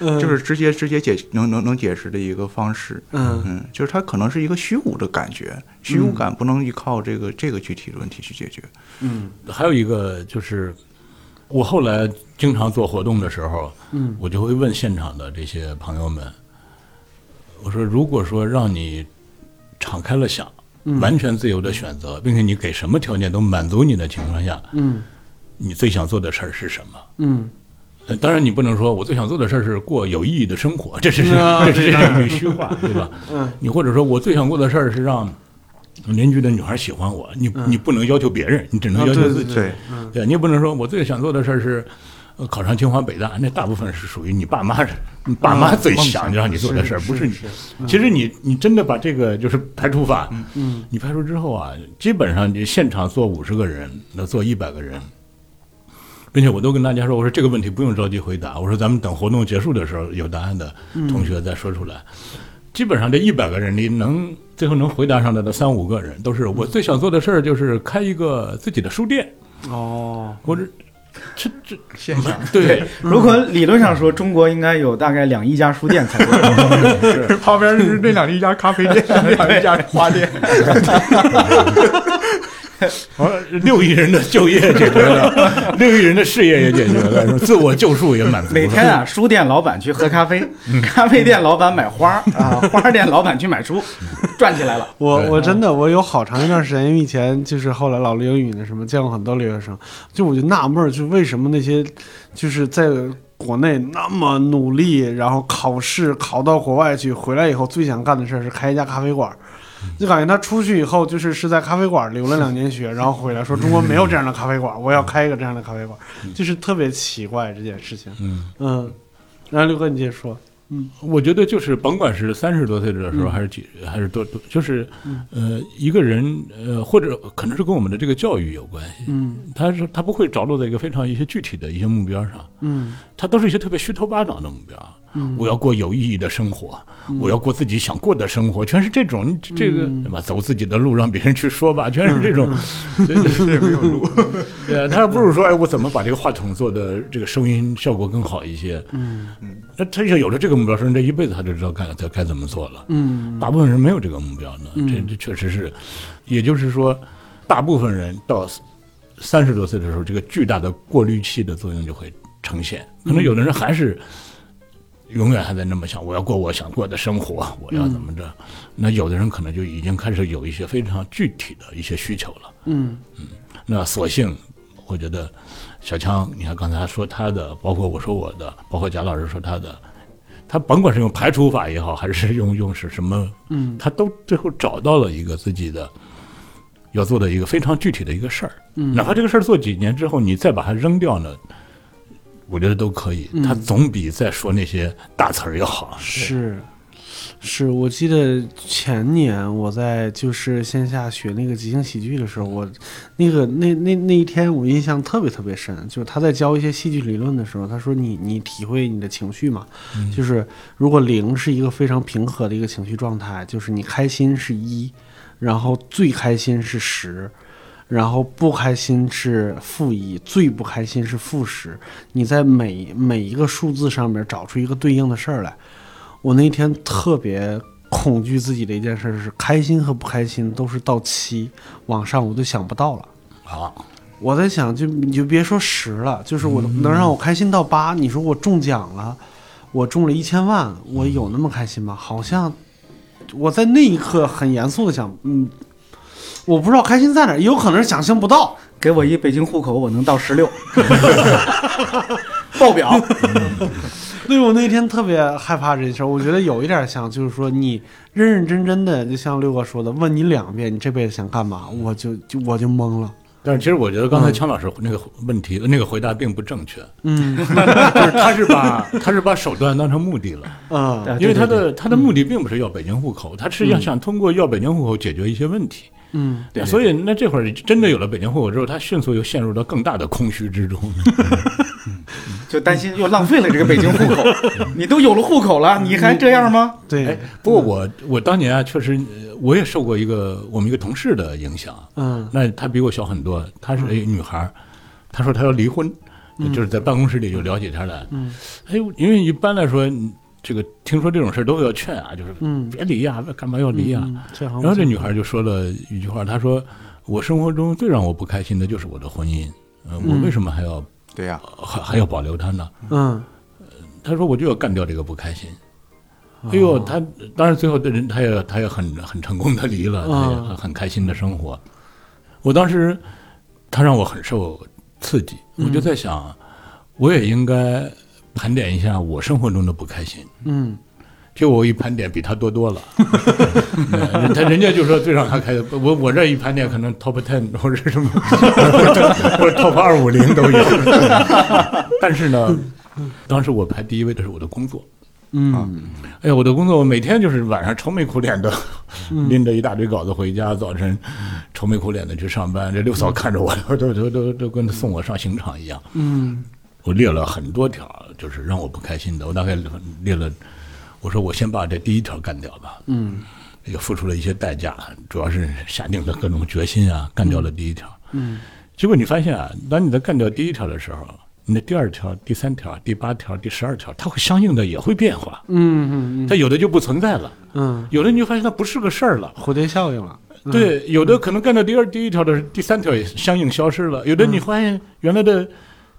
C: 嗯
E: 就是直接直接解能能能解释的一个方式。
C: 嗯
E: 嗯，就是它可能是一个虚无的感觉，虚无感不能依靠这个这个具体的问题去解决。
F: 还有一个就是，我后来经常做活动的时候，
C: 嗯，
F: 我就会问现场的这些朋友们，我说，如果说让你敞开了想，
C: 嗯
F: 完全自由的选择，并且你给什么条件都满足你的情况下，
C: 嗯
F: 你最想做的事儿是什么？
C: 嗯
F: 呃当然，你不能说我最想做的事儿是过有意义的生活，这是
C: 啊
F: 这是这是虚化，对吧？
C: 嗯，
F: 你或者说我最想过的事儿是让邻居的女孩喜欢我，你你不能要求别人，你只能要求自己。
E: 对，
F: 对你也不能说我最想做的事儿是。呃考上清华北大，那大部分是属于你爸妈，你爸妈最想让你做的事儿，不是你。其实你你真的把这个就是排除法，
C: 嗯
F: 你排除之后啊，基本上你现场坐五十个人，那坐一百个人，并且我都跟大家说，我说这个问题不用着急回答，我说咱们等活动结束的时候有答案的同学再说出来。基本上这一百个人里能最后能回答上来的三五个人，都是我最想做的事儿就是开一个自己的书店，
C: 哦
F: 或者这这
E: 现象
F: 对，
D: 如果理论上说，中国应该有大概两亿家书店才对。是
E: 旁边是那两一家咖啡店，那两一家花店。
F: 而六亿人的就业解决了，六亿人的事业也解 决了，自我救赎也满足了。
D: 每天啊，书店老板去喝咖啡，
F: 嗯
D: 咖啡店老板买花儿啊，花店老板去买书，赚起来了。
C: 我
F: 对
C: 我真的我有好长一段时间，因为以前就是后来老留英语那什么，见过很多留学生，就我就纳闷儿，就为什么那些就是在国内那么努力，然后考试考到国外去，回来以后最想干的事儿是开一家咖啡馆儿。就感觉他出去以后，就是是在咖啡馆儿留了两年学，然后回来说中国没有这样的咖啡馆儿，我要开一个这样的咖啡馆儿，就是特别奇怪这件事情。
F: 嗯
C: 嗯，然后六哥你接着说，
F: 我觉得就是甭管是三十多岁的时
C: 嗯
F: 候，还是几、还是多多，就是呃，一个人呃，或者可能是跟我们的这个教育有关系。
C: 嗯
F: 他是他不会着落在一个非常一些具体的一些目标上，
C: 嗯
F: 他都是一些特别虚头巴脑的目标。我要过有意义的生活，
C: 嗯
F: 我要过自己想过的生活，全是这种你这个、对吧？走自己的路，让别人去 说吧，全是这种。
C: 嗯
F: 对对没有路。对啊，他不如说，哎，我怎么把这个话筒做的这个收音效果更好一些？
C: 嗯
F: 那他要有了这个目标，说这一辈子他就知道该该该怎么做了。
C: 嗯
F: 大部分人没有这个目标呢，这这确实是，也就是说，大部分人到三十多岁的时候，这个巨大的过滤器的作用就会呈现。可能有的人还是永远还在那么想，我要过我想过的生活，我要怎么着？那有的人可能就已经开始有一些非常具体的一些需求了。
C: 嗯
F: 那索性，我觉得小强，你看刚才说他的，包括我说我的，包括贾老师说他的，他甭管是用排除法也好，还是用用是什么，
C: 嗯
F: 他都最后找到了一个自己的要做的一个非常具体的一个事儿，
C: 嗯
F: 哪怕这个事儿做几年之后，你再把它扔掉呢。我觉得都可以，他总比再说那些大词儿要好。
C: 是，是我记得前年我在就是线下学那个即兴喜剧的时候，我那个那那那一天我印象特别特别深，就是他在教一些戏剧理论的时候，他说你你体会你的情绪嘛，
F: 嗯
C: 就是如果零是一个非常平和的一个情绪状态，就是你开心是一，然后最开心是十。然后不开心是负一，最不开心是负十。你在每每一个数字上面找出一个对应的事儿来，我那天特别恐惧自己的一件事是，开心和不开心都是到七往上，我都想不到了。
F: 啊，
C: 我在想，就你就别说十了，就是我能让我开心到八。你说我中奖了，我中了一千万，我有那么开心吗？好像我在那一刻很严肃的想，嗯，我不知道开心在哪儿，也有可能是想象不到。
D: 给我一北京户口，我能到 十六，爆表。
F: 嗯
C: 对我那天特别害怕这事儿，我觉得有一点像，就是说你认认真真的，就像六哥说的，问你两遍，你这辈子想干嘛，我就就我就懵了。
F: 但是其实我觉得刚才枪老师那个问题、那个回答并不正确，
C: 嗯
F: 就是他是把他是把手段当成目的了，
C: 嗯
D: 啊
F: 因
D: 对
F: 为他
D: 对对嗯
F: 的他的目的并不是要北京户口，他是要想通过要北京户口解决一些问题。
C: 嗯，
D: 对对
F: 所以那这会儿真的有了北京户口之后，他迅速又陷入到更大的空 虚之中。
D: 就担心又浪费了这个北京户口。
F: 嗯
D: 你都有了户口了，你还这样吗？
C: 对，
F: 哎不过我我当年啊，确实呃我也受过一个我们一个同事的影响，
C: 嗯
F: 那她比我小很多，她
D: 嗯
F: 是一女孩儿，她说她要离婚，就是在办公室里就聊起天来。
C: 嗯，
F: 哎，因为一般来说，你这个听说这种事儿都要劝啊，就是
C: 嗯，
F: 别离呀、干嘛要离啊呀、
C: 嗯，这行
F: 然后这女孩就说了一句话，她说：“我生活中最让我不开心的就是我的婚姻，呃，我
C: 嗯
F: 为什么还要
E: 对呀、
F: 还还要保留它呢？”
C: 嗯，
F: 她说：“我就要干掉这个不开心。”哎呦，她当然最后的人，她也她也很很成功的离了，她也
C: 啊
F: 很很开心的生活。我当时，她让我很受刺激，我就在想，我也应该盘点一下我生活中的不开心。
C: 嗯
F: 结果我一盘点比他多多了， 嗯他人家就说最让他开的，我我这一盘点可能 top ten 或者什么， 或者 top 二五零都有。 但是呢，当时我排第一位的是我的工作，
C: 嗯
F: 哎呀，我的工作我每天就是晚上愁眉苦脸的， 拎着一大堆稿子回家，早晨愁眉苦脸的去上班，这六嫂看着我 都都都都都跟送我上刑场一样。
C: 嗯
F: 我列了很多条，就是让我不开心的。我大概列了，我说我先把这第一条干掉吧。
C: 嗯，
F: 也付出了一些代价，主要是下定了各种决心啊，干掉了第一条。
C: 嗯，
F: 结果你发现啊，当你在干掉第一条的时候，你的第二条、第三条、第八条、第十二条，它会相应的也会变化，
C: 嗯嗯
F: 它有的就不存在了，
C: 嗯，
F: 有的你就发现它不是个事儿了。
C: 蝴蝶效应了。
F: 对，有的可能干到第二、第一条的时候，第三条也相应消失了；有
C: 嗯
F: 的你发现原来的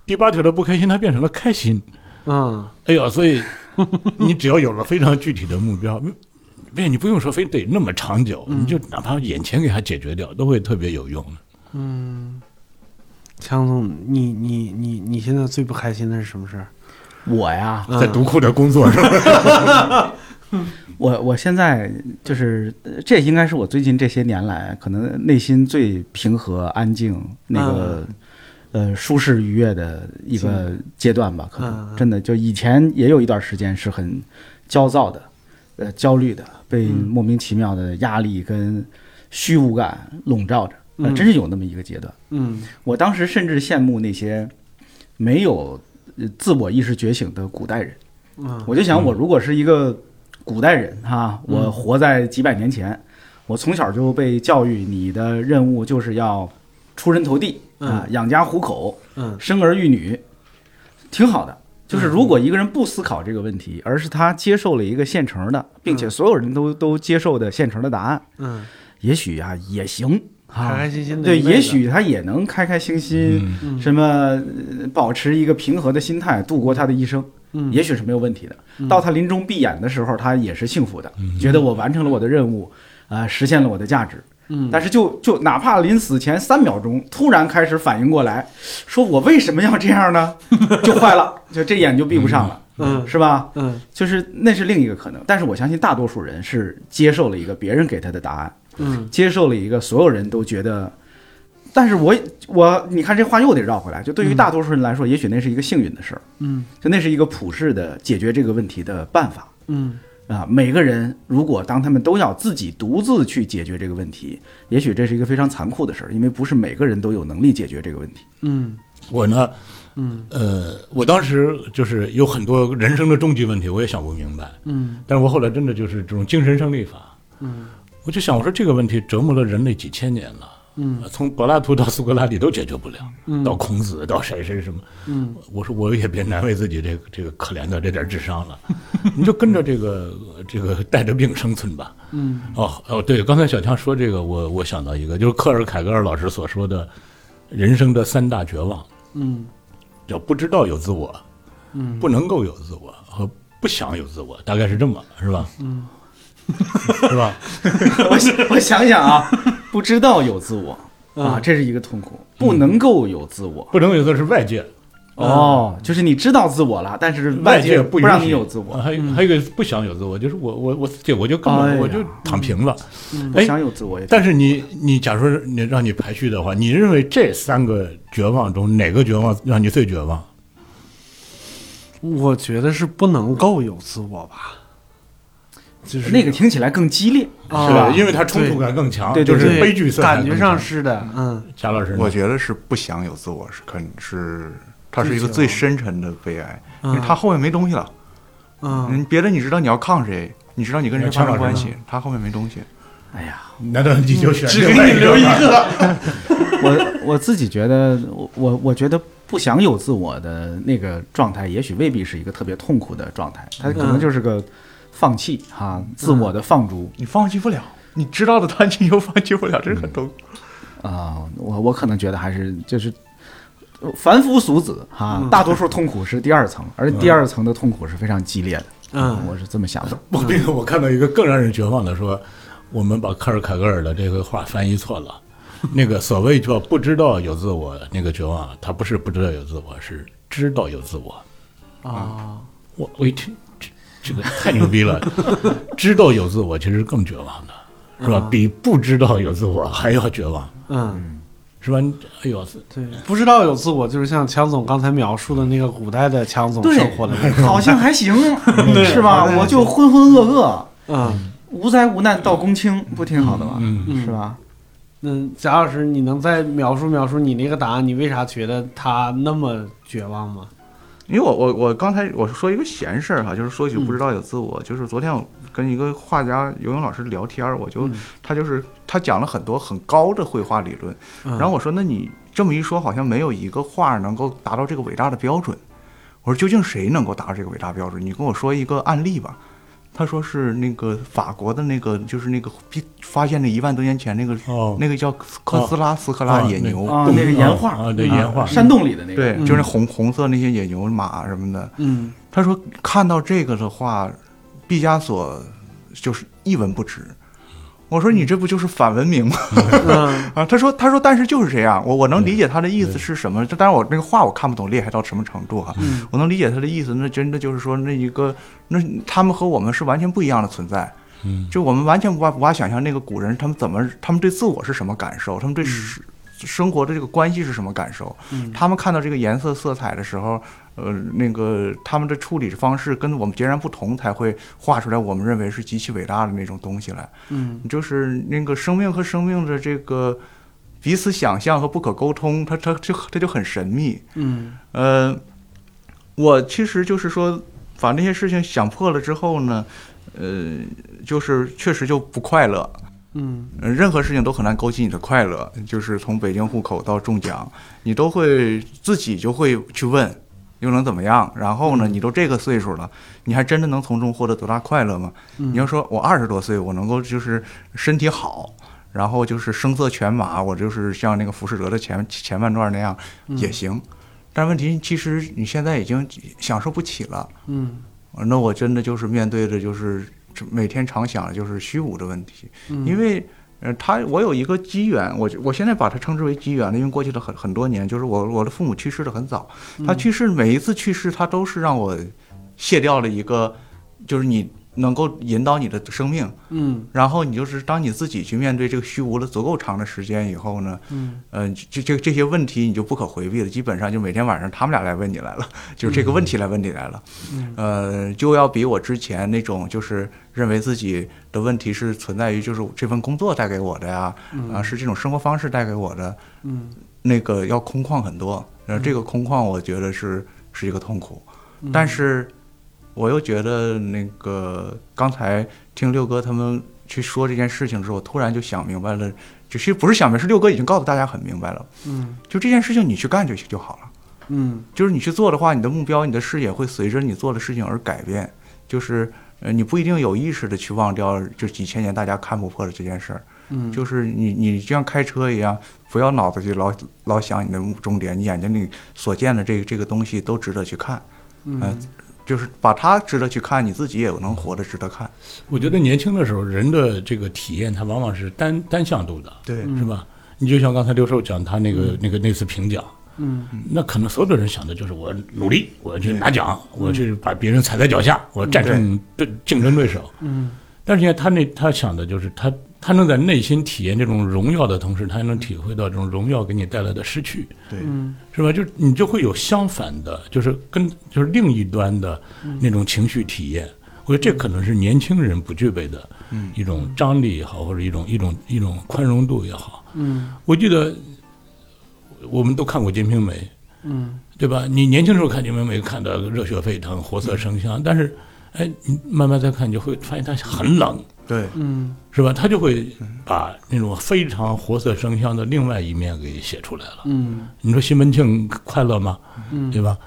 F: 第八条的不开心，它变成了开心。
C: 嗯
F: 哎呀，所以你只要有了非常具体的目标，别你不用说非得那么长久，你就哪怕眼前给它解决掉，都会特别有用的。
C: 嗯，强总，你你你你现在最不开心的是什么事儿？
D: 我呀，
C: 嗯
F: 在独库的工作是吧？
D: 我我现在就是，呃这应该是我最近这些年来可能内心最平和、安静、那个、
C: 嗯
D: 呃舒适愉悦的一个阶段吧。可
C: 嗯
D: 能
C: 嗯
D: 真的就以前也有一段时间是很焦躁的，呃焦虑的，被
C: 嗯
D: 莫名其妙的压力跟虚无感笼罩着，呃
C: 嗯
D: 真是有那么一个阶段。
C: 嗯
D: 我当时甚至羡慕那些没有呃自我意识觉醒的古代人。
C: 嗯
D: 我就想，我如果是一个古代人哈、我活在几百年前，我从小就被教育，你的任务就是要出人头地啊、养家糊口，
C: 嗯
D: 生儿育女，挺好的。就是如果一个人不思考这个问题，而是他接受了一个现成的，并且所有人都都接受的现成的答案，
C: 嗯，
D: 也许啊也行
C: 开
D: 啊
C: 开，心心的
D: 对，
C: 一辈子。
D: 也许他也能开开心心，
F: 嗯
C: 嗯
D: 什么呃保持一个平和的心态度过他的一生，
C: 嗯
D: 也许是没有问题的。
C: 嗯
D: 到他临终闭眼的时候，他也是幸福的，觉得我完成了我的任务，啊、实现了我的价值。
C: 嗯
D: 但是就就哪怕临死前三秒钟突然开始反应过来，说我为什么要这样呢？就坏了，就这眼就闭不上了，
C: 嗯
D: 是吧？
C: 嗯
D: 就是那是另一个可能。但是我相信大多数人是接受了一个别人给他的答案，
C: 嗯
D: 接受了一个所有人都觉得，但是我我你看这话又得绕回来，就对于大多数人来说，也许那是一个幸运的事儿，
C: 嗯
D: 就那是一个普世的解决这个问题的办法。
C: 嗯
D: 啊，每个人如果当他们都要自己独自去解决这个问题，也许这是一个非常残酷的事儿，因为不是每个人都有能力解决这个问题。
C: 嗯
F: 我呢，嗯，呃，我当时就是有很多人生的终极问题，我也想不明白。
C: 嗯
F: 但是我后来真的就是这种精神胜利法，
C: 嗯
F: 我就想，我说这个问题折磨了人类几千年了。
C: 嗯
F: 呃从柏拉图到苏格拉底都解决不了，
C: 嗯
F: 到孔子到谁谁什么，
C: 嗯
F: 我说我也别难为自己这个这个可怜的这点智商了， 你就跟着这个这个带着病生存吧。
C: 嗯
F: 哦哦，对，刚才小强说这个，我我想到一个，就是克尔凯格尔老师所说的人生的三大绝望，
C: 嗯
F: 叫不知道有自我，
C: 嗯
F: 不能够有自我和不想有自我，大概是这么是吧？
C: 嗯，
F: 是吧？
D: 我想我想想啊，不知道有自我啊，这是一个痛苦，不能够有自我。
F: 不能够有自我是外界，
D: 哦，就是你知道自我了，但是
F: 外
D: 界不
F: 不
D: 哎
F: 允
D: 让
F: 许
D: 你有自我，
F: 还
C: 嗯
F: 有还有一个不想有自我，就是我我我自己我就根
D: 哎
F: 本
D: 呀
F: 我就躺平了。
C: 嗯
D: 不
F: 哎，
D: 想有自我也。
F: 但是你你假如说你让你排序的话，你认为这三个绝望中哪个绝望让你最绝望？
C: 我觉得是不能够有自我吧，就是
D: 那个听起来更激烈，
C: 啊
F: 是吧？
C: 对
F: 因为它冲突感更强，
D: 对
F: 就
D: 对
F: 是
C: 对
F: 悲剧色彩
C: 感
F: 更强。
C: 觉上是的，嗯
F: 贾老师呢，
E: 我觉得是不想有自我，是肯是，它是一个
C: 自己哦
E: 最深沉的悲哀，因
C: 嗯
E: 为他后面没东西了。
C: 嗯
E: 嗯，别的你知道你要抗谁，你知道你跟谁
F: 那强
E: 发生
F: 老
E: 关
F: 师呢
E: 系，他后面没东西。
D: 哎呀，
F: 难道你就选
C: 只
F: 另
C: 给
F: 外
C: 你留一
F: 吗？
C: 个，
D: 我 我自己觉得，我我我觉得不想有自我的那个状态，也许未必是一个特别痛苦的状态，它可能就是个放弃哈、自我的放逐
E: 你放弃不了，你知道的 他你又放弃不了，这是很痛苦。
D: 啊、我我可能觉得还是就是呃凡夫俗子哈、大多数痛苦是第二层，而第二层的痛苦是非常激烈的。
C: 嗯
D: 我是这么想的。
F: 我那个我看到一个更让人绝望的说，我们把克尔凯格尔的这个话翻译错了。那个所谓叫不知道有自我那个绝望啊，他不是不知道有自我，是知道有自我。
C: 啊，
F: 我我一听这这个太牛逼了， 知道有自我其实更绝望的，是
D: 啊
F: 吧？比不知道有自我还要绝望，
C: 嗯，
F: 是吧？你哎呦，
C: 对，不知道有自我，就是像强总刚才描述的那个古代的强总生活的那种，
D: 好像还行，是吧？我就浑浑噩噩，
C: 嗯
D: 无灾无难到公卿，不挺好的吗？
F: 嗯，
C: 嗯
D: 是？吧？
C: 那贾老师，你能再描述描述你那个答案？你为啥觉得他那么绝望吗？
E: 因为我我我刚才我说一个闲事儿哈，就是说起
F: 嗯
E: 不知道有自我，就是昨天我跟一个画家游泳老师聊天儿，我就、
C: 嗯
E: 他就是他讲了很多很高的绘画理论，
F: 嗯
C: 然
E: 然后我说那你这么一说，好像没有一个画儿能够达到这个伟大的标准。我说究竟谁能够达到这个伟大标准？你跟我说一个案例吧。他说是那个法国的那个，就是那个发现的一万多年前那个、
F: 哦
E: 那个叫科斯拉斯科拉
F: 哦
E: 野
F: 那
E: 牛，
D: 啊，那个岩画
F: 啊，对岩画，
D: 山洞里的那个，
E: 对，
C: 嗯
E: 就是那红红色那些野牛马什么的。
C: 嗯
E: 他说看到这个的话，毕加索就是一文不值。我说你这不就是反文明吗？
C: 嗯
E: 啊，他说他说但是就是这样，我我能理解他的意思是什么，但是我那个话我看不懂厉害到什么程度哈、啊
C: 嗯
E: 我能理解他的意思，那真的就是说那一个那他们和我们是完全不一样的存在。
F: 嗯
E: 就我们完全无法无法想象那个古人他们怎么，他们对自我是什么感受，他们对生生活的这个关系是什么感受。
C: 嗯
E: 他们看到这个颜色色彩的时候，呃，那个他们的处理方式跟我们截然不同，才会画出来我们认为是极其伟大的那种东西来。
C: 嗯
E: 就是那个生命和生命的这个彼此想象和不可沟通，它 它就它就很神秘。
C: 嗯
E: 呃，我其实就是说，把那些事情想破了之后呢，呃，就是确实就不快乐。
C: 嗯
E: 呃任何事情都很难勾起你的快乐，就是从北京户口到中奖，你都会自己就会去问，又能怎么样？然后呢，你都这个岁数了，你还真的能从中获得多大快乐吗？
C: 嗯
E: 你要说我二十多岁，我能够就是身体好，然后就是声色犬马，我就是像那个浮士德的前前半段那样也行，但问题其实你现在已经享受不起了。
C: 嗯
E: 那我真的就是面对的就是这每天常想的就是虚无的问题，
C: 嗯
E: 因为呃，他我有一个机缘，我我现在把它称之为机缘了，因为过去的很很多年，就是我我的父母去世的很早，他去世每一次去世，他都是让我卸掉了一个，就是你能够引导你的生命。
C: 嗯
E: 然后你就是当你自己去面对这个虚无了足够长的时间以后呢，
C: 嗯
E: 嗯、这这这些问题你就不可回避了，基本上就每天晚上他们俩来问你来了，就是这个问题来问你来了，
C: 嗯
E: 呃，就要比我之前那种就是认为自己的问题是存在于就是这份工作带给我的呀，啊，是这种生活方式带给我的
C: 嗯
E: 那个要空旷很多，然后这个空旷我觉得是是一个痛苦，
C: 嗯，
E: 但是我又觉得那个刚才听六哥他们去说这件事情的时候，我突然就想明白了，就其实不是想明白，是六哥已经告诉大家很明白了，
C: 嗯
E: 就这件事情你去干就行就好了。
C: 嗯
E: 就是你去做的话，你的目标、你的视野会随着你做的事情而改变。就是呃，你不一定有意识的去忘掉，就几千年大家看不破的这件事儿。
C: 嗯，
E: 就是你你就像开车一样，不要脑子去老老想你的终点，你眼睛里所见的这个这个东西都值得去看。
C: 嗯
E: 嗯，就是把它值得去看，你自己也能活得值得看。
F: 我觉得年轻的时候人的这个体验，它往往是单单向度的，
E: 对
C: 嗯
F: 是吧？你就像刚才刘寿讲他那个那个那次评奖，
C: 嗯
F: 那可能所有的人想的就是我努力，我去拿奖，我去把别人踩在脚下，我战胜对竞争对手。
C: 嗯
F: 但是你看他那他想的就是他他能在内心体验这种荣耀的同时，他还能体会到这种荣耀给你带来的失去，
E: 对
C: 嗯
F: 是吧？就是你就会有相反的，就是跟就是另一端的那种情绪体验。我觉得这可能是年轻人不具备的一种张力也好，或者一种一种一种宽容度也好。
C: 嗯
F: 我记得我们都看过《金瓶梅》，
C: 嗯
F: 对吧？你年轻时候看《金瓶梅》看得热血沸腾、活色生香，但是，哎，你慢慢再看，你就会发现它很冷，
E: 对
C: 嗯
F: 是吧？它就会把那种非常活色生香的另外一面给写出来了。
C: 嗯
F: 你说西门庆快乐吗？
C: 嗯
F: 对吧？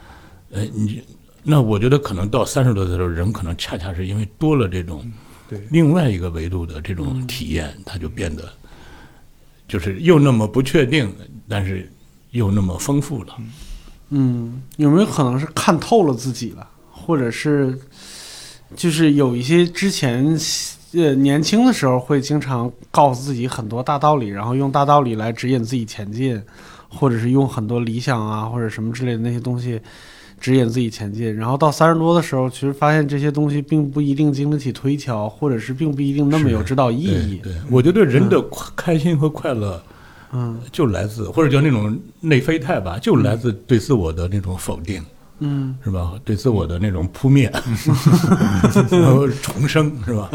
F: 呃，你那我觉得可能到三十多岁的时候，人可能恰恰是因为多了这
C: 嗯
F: 种
E: 对
F: 另外一个维度的这种体验，他就变得就是又那么不确定，但是又那么丰富了。
C: 嗯，有没有可能是看透了自己了，或者是就是有一些之前呃年轻的时候会经常告诉自己很多大道理，然后用大道理来指引自己前进，或者是用很多理想啊或者什么之类的那些东西指引自己前进，然后到三十多的时候，其实发现这些东西并不一定经得起推敲，或者是并不一定那么有指导意义。
F: 对，对我觉得人的快开心和快乐
C: 嗯
F: 就来自，或者叫那种内啡肽吧，就来自对自我的那种否定，
C: 嗯
F: 是吧？对自我的那种 扑灭，然后重生，是吧？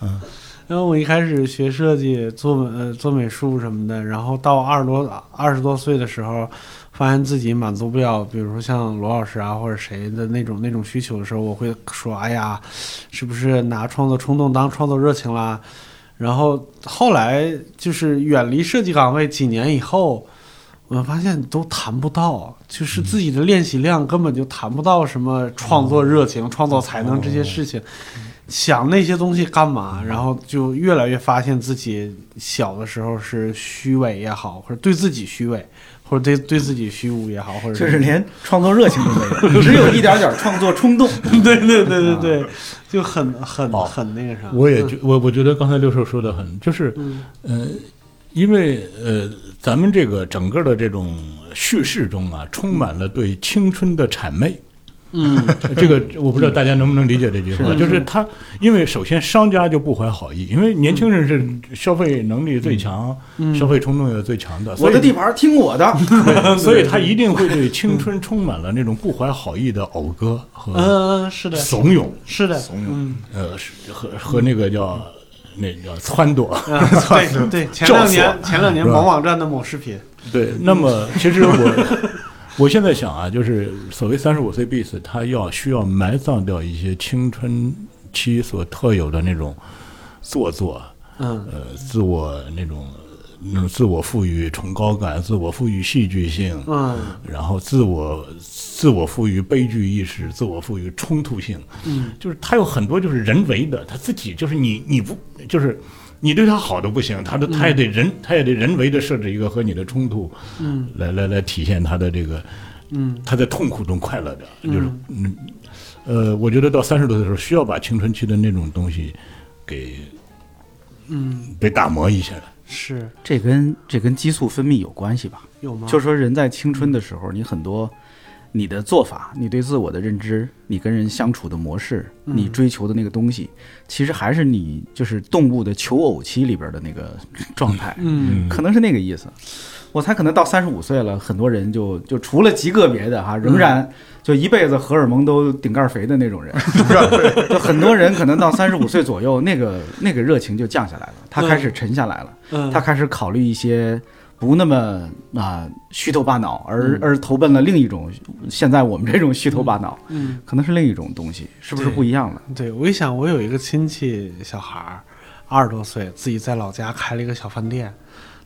C: 嗯，然后我一开始学设计、做美、呃、做美术什么的，然后到二十多二十多岁的时候，发现自己满足不了，比如说像罗老师啊或者谁的那种那种需求的时候，我会说：“哎呀，是不是拿创作冲动当创作热情啦？”然后后来就是远离设计岗位几年以后，我发现都谈不到，就是自己的练习量根本就谈不到什么创作热
D: 嗯
C: 情、创作才能这些事情。想那些东西干嘛？然后就越来越发现自己小的时候是虚伪也好，或者对自己虚伪，或者对对自己虚无也好，或者
D: 就是连创作热情都没有，只有一点点创作冲动。
C: 对对对对
D: 啊
C: 对，就很很
D: 哦
C: 很那个啥。
F: 我也觉我我觉得刚才六兽说的很，就是
C: 嗯
F: 呃，因为呃，咱们这个整个的这种叙事中啊，充满了对青春的谄媚。
C: 嗯
F: 这个我不知道大家能不能理解这句话，就是他，因为首先商家就不怀好意，因为年轻人是消费能力最强、消费冲动也最强的，
D: 嗯
F: 所
D: 我的
F: 以
D: 地盘听我 的，
F: 所以他一定会对青春充满了那种不怀好意的讴歌和
C: 嗯嗯，是的，
F: 怂恿，
C: 是的，
F: 呃，是和和那个叫那叫撺掇。
C: 嗯，对 对，前两年前两年
F: 是吧
C: 某网站的某视频，
F: 对，那么其实我我现在想啊，就是所谓三十五岁必死，他要需要埋葬掉一些青春期所特有的那种做作，
C: 嗯
F: 呃，自我那种那种自我赋予崇高感，自我赋予戏剧性，
C: 嗯
F: 然后自我自我赋予悲剧意识，自我赋予冲突性，
C: 嗯，
F: 就是他有很多就是人为的，他自己就是你你不就是你对他好都不行，他的他也得人、他也得人为的设置一个和你的冲突，
C: 嗯，
F: 来来来体现他的这个，
C: 嗯，
F: 他在痛苦中快乐着，就是嗯，呃，我觉得到三十多岁的时候，需要把青春期的那种东西给
C: 嗯
F: 被打磨一下，
C: 是
D: 这跟这跟激素分泌有关系吧？
C: 有吗？
D: 就是说人在青春的时候，你很多你的做法、你对自我的认知、你跟人相处的模式、
C: 嗯
D: 你追求的那个东西，其实还是你就是动物的求偶期里边的那个状态，
C: 嗯
D: 可能是那个意思。我才可能到三十五岁了，很多人就就除了极个别的哈，仍然就一辈子荷尔蒙都顶盖肥的 那种人，就很多人可能到三十五岁左右，那个那个热情就降下来了，他开始沉下来了。
C: 嗯，
D: 他开始考虑一些不那么啊、虚头巴脑，而、而投奔了另一种现在我们这种虚头巴脑，
C: 嗯，
D: 可能是另一种东西，是不是
F: 对
D: 不一样了？
C: 对，我一想，我有一个亲戚小孩儿，二十多岁，自己在老家开了一个小饭店，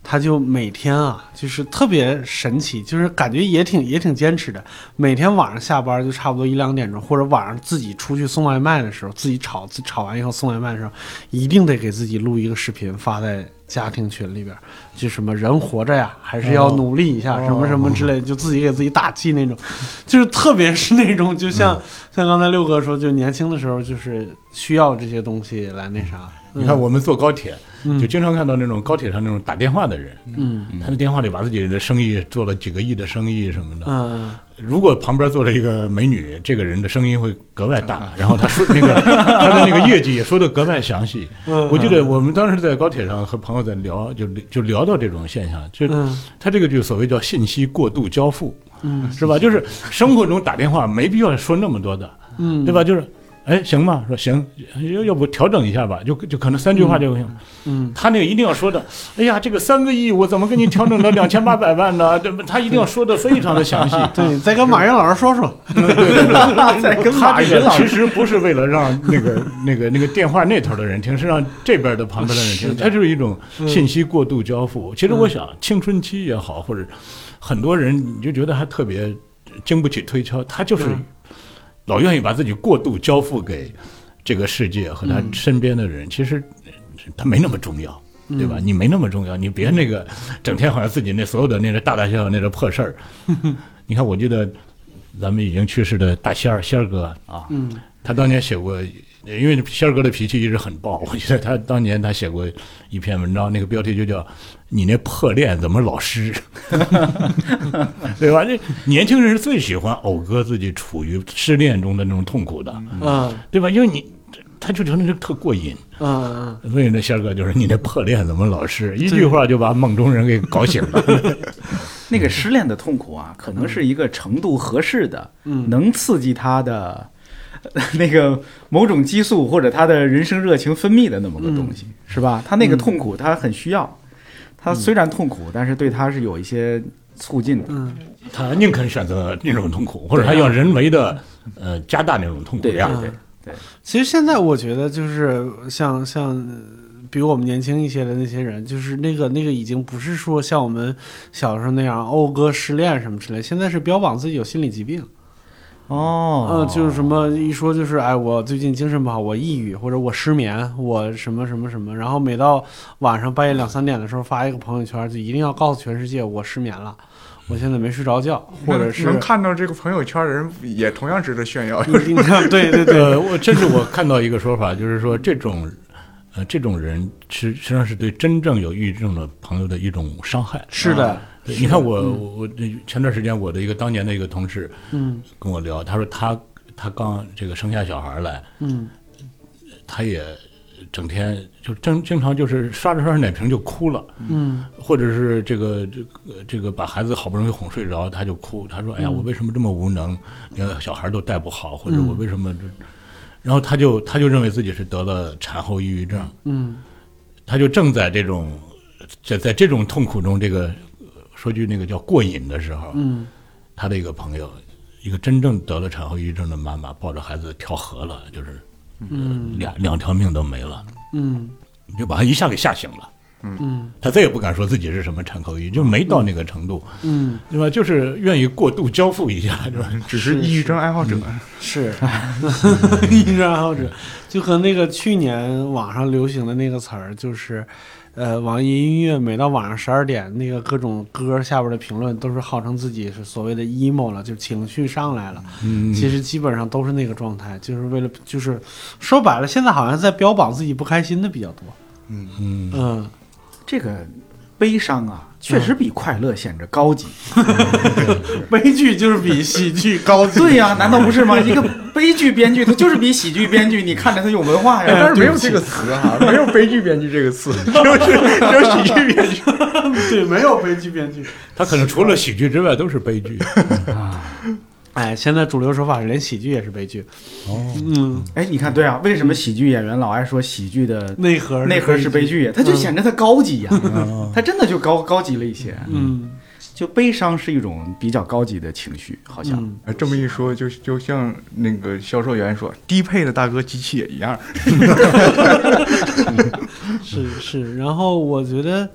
C: 他就每天啊，就是特别神奇，就是感觉也挺也挺坚持的，每天晚上下班就差不多一两点钟，或者晚上自己出去送外卖的时候，自己炒自炒完以后送外卖的时候，一定得给自己录一个视频发在。家庭群里边儿，就什么人活着呀，还是要努力一下，什么什么之类的，就自己给自己打气那种，就是特别是那种，就像像刚才六哥说，就年轻的时候就是需要这些东西来那啥。
F: 你看我们坐高铁，
C: 嗯
F: 就经常看到那种高铁上那种打电话的人，
C: 嗯
F: 他在电话里把自己的生意做了几个亿的生意什么的，
C: 嗯，
F: 如果旁边坐了一个美女，这个人的声音会格外
C: 啊
F: 大，然后他说那 个他的那个业绩也说的格外详细。
C: 嗯
F: 我记得我们当时在高铁上和朋友在聊，就就聊到这种现象，就
C: 嗯
F: 他这个就所谓叫信息过度交付，嗯是吧？就是生活中打电话没必要说那么多的，
C: 嗯
F: 对吧？就是。哎，行吗？说行，要要不调整一下吧，就就可能三句话就行。
C: 嗯
F: 他那个一定要说的，哎呀，这个三个亿我怎么给你调整到两千八百万呢？对吧？他一定要说的非常的详细。
C: 对，再跟马云老师说说。
D: 在跟
F: 他这个其实不是为了让那个那个那个电话那头的人听，是让这边的旁边的人
C: 是
F: 听，
C: 的
F: 它就是一嗯种信息过度交付。其实我想，青春期也好，或者很多人你就觉得他特别经不起推敲，他就是
C: 嗯
F: 老愿意把自己过度交付给这个世界和他身边的人，其实他没那么重要。对吧？你没那么重要，你别那个整天好像自己那所有的那个大大小小那个破 事儿。你看，我记得咱们已经去世的大仙儿仙儿哥啊，
C: 嗯
F: 他当年写过，因为仙儿哥的脾气一直很暴， 我觉得他当年他写过一篇文章，那个标题就叫“你那破恋怎么老湿”， 对吧？这年轻人是最喜欢讴歌自己处于失恋中的那种痛苦的，
C: 嗯
F: 对吧？因为你他就觉得这特过瘾，
C: 嗯
F: 所以那仙儿哥就是你那破恋怎么老湿，一句话就把梦中人给搞醒了。
D: 那个失恋的痛苦啊，可能是一个程度合适的，
C: 嗯
D: 能刺激他的。 呃那个某种激素或者他的人生热情分泌的那么个东西，
E: 嗯
D: 是吧？他那个痛苦，他很需要。他虽然痛苦，但是对他是有一些促进的。
C: 嗯
F: 他宁肯选择那种痛苦，或者他要人为的呃加大那种痛苦
D: 对
F: 量。
D: 对
C: 嗯其实现在我觉得就是像像呃比我们年轻一些的那些人，就是那个那个已经不是说像我们小时候那样讴歌失恋什么之类，现在是标榜自己有心理疾病。
D: 哦
C: 嗯，
E: 呃
C: 就是什么一说就是哎，我最近精神不好，我抑郁或者我失眠，我什么什么什么，然后每到晚上半夜两三点的时候发一个朋友圈，就一定要告诉全世界我失眠了，我现在没睡着觉，或者是
E: 能能看到这个朋友圈的人，也同样值得炫耀。
C: 一定要嗯对 对对，
F: 呃，我甚至我看到一个说法，就是说这种，呃，这种人实实际上是对真正有抑郁症的朋友的一种伤害。
C: 是的，
F: 对你看我、我前段时间我的一个当年的一个同事
C: 嗯
F: 跟我聊，他说他他刚这个生下小孩来，
C: 嗯
F: 他也整天就经经常就是刷着刷着奶瓶就哭了，
C: 嗯
F: 或者是这个这个这个把孩子好不容易哄睡着，他就哭，他说：“哎呀，
C: 嗯
F: 我为什么这么无能，连个小孩都带不好，或者我为什么这……”然后他就他就认为自己是得了产后抑郁症，
C: 嗯
F: 他就正在这种在在这种痛苦中，这个说句那个叫过瘾的时候，
C: 嗯，
F: 他的一个朋友，一个真正得了产后抑郁症的妈妈，抱着孩子跳河了，就是
C: 嗯
F: 两两条命都没了，
C: 嗯
F: 你就把他一下给吓醒了。
C: 嗯
F: 他再也不敢说自己是什么产后抑郁，就没到那个程度。
C: 嗯，
F: 对吧？就是愿意过度交付一下， 是吧？
E: 只是抑郁症爱好者，
D: 嗯
E: 啊
C: 是 抑郁症爱好者，就和那个去年网上流行的那个词儿，就是，呃，网易音乐每到晚上十二点，那个各种歌下边的评论都是号称自己是所谓的 emo 了，就情绪上来了。
F: 嗯
C: 其实基本上都是那个状态，就是为了，就是说白了，现在好像在标榜自己不开心的比较多。
F: 嗯，
C: 嗯
D: 这个悲伤啊，确
E: 嗯
D: 实比快乐显着高级。
C: 悲剧就是比喜剧高级。
D: 对呀、难道不 是吗？一个悲剧编剧，他就是比喜剧编剧，你看着他有文化呀。
E: 但是没有这个词哈、没有悲剧编剧这个词，就是只有喜剧编剧。
C: 对，没有悲剧编剧。
F: 他可能除了喜剧之外都是悲剧。
C: 哎，现在主流手法是连喜剧也是悲剧。
F: 哦，
C: 嗯，
D: 哎，你看，对啊，为什么喜剧演员老爱说喜剧的
C: 内核
D: 内核是悲
C: 剧。
D: 剧嗯呀？他就显着他高级呀， 他真的就高高级了一些。
C: 嗯，
D: 就悲伤是一种比较高级的情绪，好像。
C: 嗯
E: 这么一说，就就像那个销售员说，低配的大哥机器也一样。
C: 是是。然后我觉得，